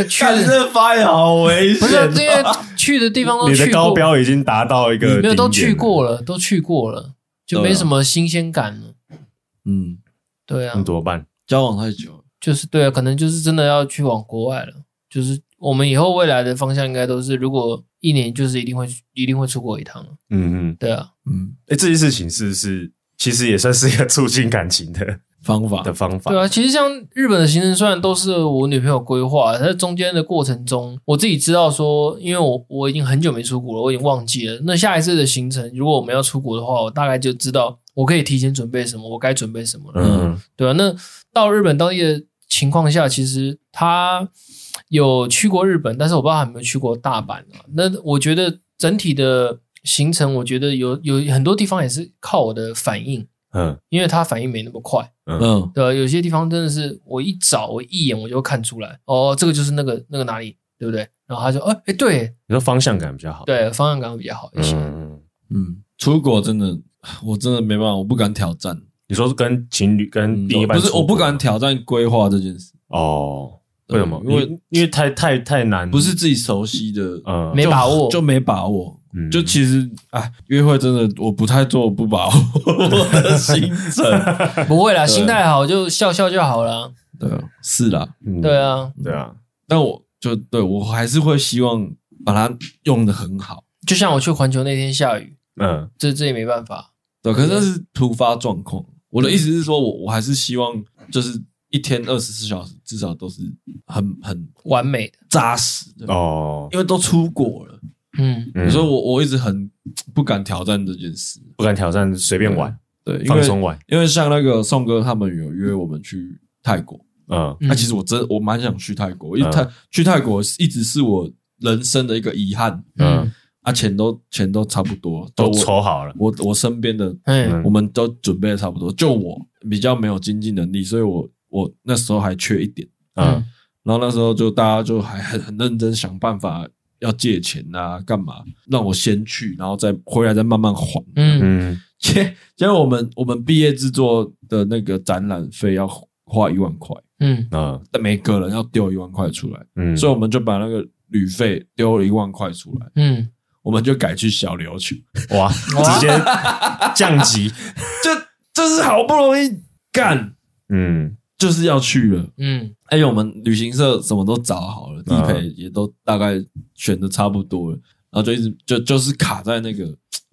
Speaker 3: 去
Speaker 1: 但
Speaker 3: 的
Speaker 1: 这发言好危
Speaker 3: 不是因为去的地方都
Speaker 2: 你的
Speaker 3: 去
Speaker 2: 高
Speaker 3: 过，
Speaker 2: 标已经达到一个
Speaker 3: 没有都
Speaker 2: 顶点
Speaker 3: 去过了，都去过了，就没什么新鲜感了。
Speaker 1: 嗯，
Speaker 3: 对啊
Speaker 2: 那，怎么办？
Speaker 1: 交往太久了，
Speaker 3: 就是对啊，可能就是真的要去往国外了。就是我们以后未来的方向应该都是，如果一年就是一定会一定会出国一趟了。
Speaker 2: 嗯嗯。
Speaker 3: 对啊，
Speaker 1: 嗯，
Speaker 2: 哎、这件事情是是其实也算是一个促进感 情的
Speaker 1: 方法
Speaker 2: 的方法。
Speaker 3: 对啊，其实像日本的行程虽然都是我女朋友规划，在中间的过程中，我自己知道说，因为我我已经很久没出国了，我已经忘记了。那下一次的行程，如果我们要出国的话，我大概就知道我可以提前准备什么，我该准备什么了，
Speaker 2: 嗯
Speaker 3: 对啊，那到日本当地的情况下，其实他有去过日本，但是我不知道他有没有去过大阪啊。那我觉得整体的行程，我觉得有有很多地方也是靠我的反应，
Speaker 2: 嗯
Speaker 3: 因为他反应没那么快。
Speaker 1: 嗯
Speaker 3: 对、啊，有些地方真的是我一找，我一眼我就会看出来，哦，这个就是那个那个哪里，对不对？然后他就，哎、哎，对
Speaker 2: 你说方向感比较好。，
Speaker 3: 对，方向感会比较好一些。
Speaker 2: 嗯，
Speaker 1: 嗯，出国真的，我真的没办法，我不敢挑战。
Speaker 2: 你说是跟情侣跟另一半
Speaker 1: 嗯不是，
Speaker 2: 出国
Speaker 1: 我不敢挑战规划这件事，
Speaker 2: 哦。为什么？
Speaker 1: 因
Speaker 2: 因
Speaker 1: 为
Speaker 2: 为因为太太太难，
Speaker 1: 不是自己熟悉的，
Speaker 2: 呃
Speaker 3: 没
Speaker 1: 就
Speaker 3: 把握
Speaker 1: 就没把握。
Speaker 2: 嗯
Speaker 1: 就其实，哎，约会真的我不太做不把握 我的行程。
Speaker 3: 不会啦，心态好就笑笑就好啦。
Speaker 1: 对啊，是啦，
Speaker 2: 嗯
Speaker 3: 对啊，
Speaker 2: 对啊，
Speaker 1: 但我就对我还是会希望把它用的很好。
Speaker 3: 就像我去环球那天下雨，
Speaker 2: 嗯
Speaker 3: 这这也没办法。
Speaker 1: 对，可是那是突发状况。我的意思是说，我我还是希望就是一天二十四小时至少都是很很
Speaker 3: 完美的。
Speaker 1: 扎实的，
Speaker 2: 哦，
Speaker 1: 因为都出国了。
Speaker 3: 嗯，
Speaker 2: 嗯
Speaker 1: 所以我我一直很不敢挑战这件事。
Speaker 2: 不敢挑战，随便玩，
Speaker 1: 对，嗯因
Speaker 2: 放
Speaker 1: 为
Speaker 2: 松玩。
Speaker 1: 因为像那个宋哥他们有约我们去泰国，
Speaker 2: 嗯
Speaker 1: 那、
Speaker 3: 嗯
Speaker 1: 其实我真我蛮想去泰国，因为
Speaker 2: 嗯
Speaker 1: 泰、去泰国一直是我人生的一个遗憾。
Speaker 2: 嗯，
Speaker 1: 啊，钱都钱都差不多，
Speaker 2: 都
Speaker 1: 我
Speaker 2: 抽好了。
Speaker 1: 我我身边的
Speaker 3: 哎
Speaker 2: 嗯
Speaker 1: 我们都准备的差不多，就我比较没有经济能力，所以我我那时候还缺一点。
Speaker 2: 嗯
Speaker 1: 然后那时候就大家就还很很认真想办法要借钱啊，干嘛让我先去，然后再回来再慢慢还。
Speaker 3: 嗯
Speaker 2: 嗯，
Speaker 1: 结结果我们我们毕业制作的那个展览费要花一万块，
Speaker 3: 嗯
Speaker 2: 嗯
Speaker 1: 但每个人要丢一万块出来，
Speaker 2: 嗯，
Speaker 1: 所以我们就把那个旅费丢了一万块出来，
Speaker 3: 嗯，
Speaker 1: 我们就改去小琉球。
Speaker 2: 哇，直接降 级。
Speaker 1: 这这是好不容易干，
Speaker 2: 嗯
Speaker 1: 就是要去了。
Speaker 3: 嗯
Speaker 1: 而且我们旅行社什么都找好了，地陪也都大概选的差不多了，然后就一直就就是卡在那个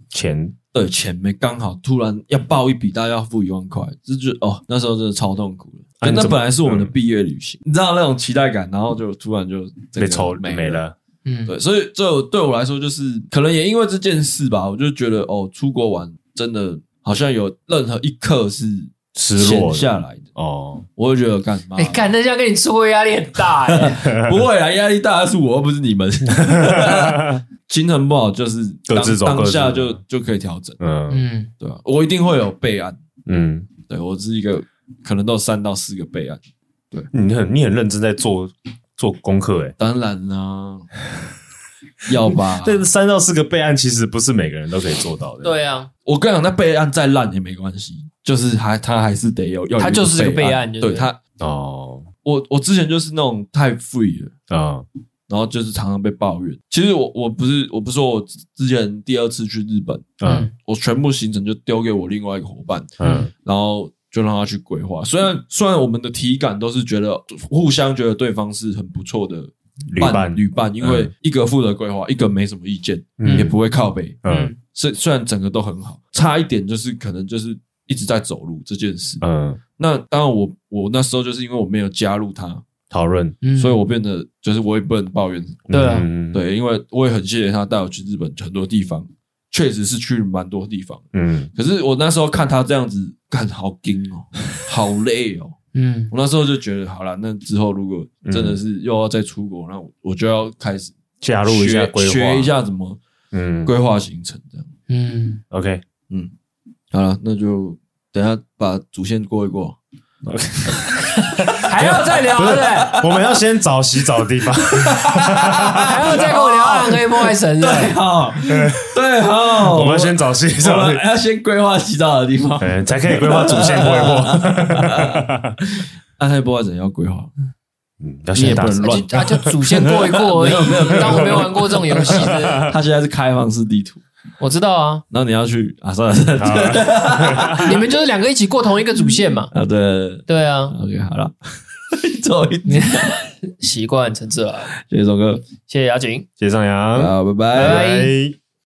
Speaker 2: 钱
Speaker 1: 的钱没刚好突然要报一笔，大家要付一万块，这就哦那时候真的超痛苦
Speaker 2: 啊
Speaker 1: 了。
Speaker 2: 你
Speaker 1: 那
Speaker 2: 怎么嗯
Speaker 1: 本来是我们的毕业旅行，你知道那种期待感，然后就突然就整个
Speaker 2: 被抽
Speaker 1: 没
Speaker 2: 没。了。
Speaker 3: 嗯，
Speaker 1: 对，所以这对我来说就是可能也因为这件事吧，我就觉得哦，出国玩真的好像有任何一刻是
Speaker 2: 失落
Speaker 1: 闲
Speaker 2: 的
Speaker 1: 下来的，
Speaker 2: 哦，
Speaker 1: 我会觉得干 嘛？
Speaker 3: 哎，干那这样跟你出货压力很大哎。
Speaker 1: 不会啦，压力大的是我，又不是你 们。 心情不好就是
Speaker 2: 各自
Speaker 1: 当
Speaker 2: 走
Speaker 1: 当下
Speaker 2: 各自
Speaker 1: 就
Speaker 2: 走
Speaker 1: 就可以调整，
Speaker 2: 嗯
Speaker 3: 嗯，
Speaker 1: 对吧、我一定会有备案，
Speaker 2: 嗯，
Speaker 1: 对我是一个可能都有三到四个备案。嗯
Speaker 2: 你很你很认真在做做功课欸诶。
Speaker 1: 当然啦、要 吧？
Speaker 2: 但是三到四个备案其实不是每个人都可以做到的。，
Speaker 3: 对啊，
Speaker 1: 我跟你讲，那备案再烂也没关系，就是还他还是得有要有
Speaker 3: 他
Speaker 1: 一
Speaker 3: 就是个
Speaker 1: 个备
Speaker 3: 备案就是
Speaker 1: 对他，
Speaker 2: 哦，
Speaker 1: 我我之前就是那种太 free 了。
Speaker 2: 啊，
Speaker 1: 然后就是常常被抱怨。其实我我不是我不是说我之之前第二次去日本，
Speaker 2: 嗯
Speaker 1: 我全部行程就丢给我另外一个伙伴，
Speaker 2: 嗯
Speaker 1: 然后就让他去规划。虽然虽然我们的体感都是觉得互相觉得对方是很不错的
Speaker 2: 旅伴
Speaker 1: 旅伴，因为一个负责规划，一个没什么意见，
Speaker 2: 嗯
Speaker 1: 也不会靠背。
Speaker 2: 嗯
Speaker 3: 嗯
Speaker 1: 虽虽然整个都很好，差一点就是可能就是一直在走路这件事。
Speaker 2: 嗯，
Speaker 1: 那当然我我那时候就是因为我没有加入他，
Speaker 2: 讨论，
Speaker 3: 嗯，
Speaker 1: 所以我变得就是我也不能抱怨
Speaker 3: 对啊
Speaker 2: 嗯，
Speaker 1: 对，因为我也很谢谢他带我去日本很多地方，确实是去蛮多地方。
Speaker 2: 嗯
Speaker 1: 可是我那时候看他这样子，干好硬 哦，好累哦。
Speaker 3: 嗯
Speaker 1: 我那时候就觉得，好了，那之后如果真的是又要再出国，那我我就要开始
Speaker 2: 加嗯入一下
Speaker 1: 学
Speaker 2: 规划，
Speaker 1: 学一，下怎么
Speaker 2: 嗯
Speaker 1: 规划行程这样。
Speaker 3: 嗯，
Speaker 2: ，OK，
Speaker 1: 嗯，好了，那就等一下把主线过一过。
Speaker 3: 还要再聊
Speaker 2: 不是
Speaker 3: 对不啊对？
Speaker 2: 我们要先找洗澡的地方，
Speaker 3: 还要再跟我聊暗黑破坏神对，
Speaker 1: 好，对好，
Speaker 2: 啊 我们先找洗
Speaker 1: 我
Speaker 2: 澡的
Speaker 1: 们
Speaker 2: 地方，
Speaker 1: 要先规划洗澡的地方。
Speaker 2: 嗯，才可以规划主线规划，
Speaker 1: 暗黑波怎要规 划？
Speaker 2: 嗯，要
Speaker 1: 你也
Speaker 2: 先
Speaker 1: 不
Speaker 2: 打
Speaker 1: 能乱
Speaker 3: 啊，就祖先过一过而已。 当我没玩过这种游戏的，
Speaker 1: 他现在是开放式地图，
Speaker 3: 我知道啊，
Speaker 1: 然后你要去啊，算了 算了
Speaker 3: 你们就是两个一起过同一个主线嘛。
Speaker 1: 啊，对对对对
Speaker 3: 对啊，
Speaker 1: ，OK，好 了，最后一点，
Speaker 3: 习惯陈志了，
Speaker 1: 谢谢钟哥，
Speaker 3: 谢谢雅景。
Speaker 2: 谢谢上扬，
Speaker 1: 好，拜拜
Speaker 3: 拜
Speaker 2: 拜。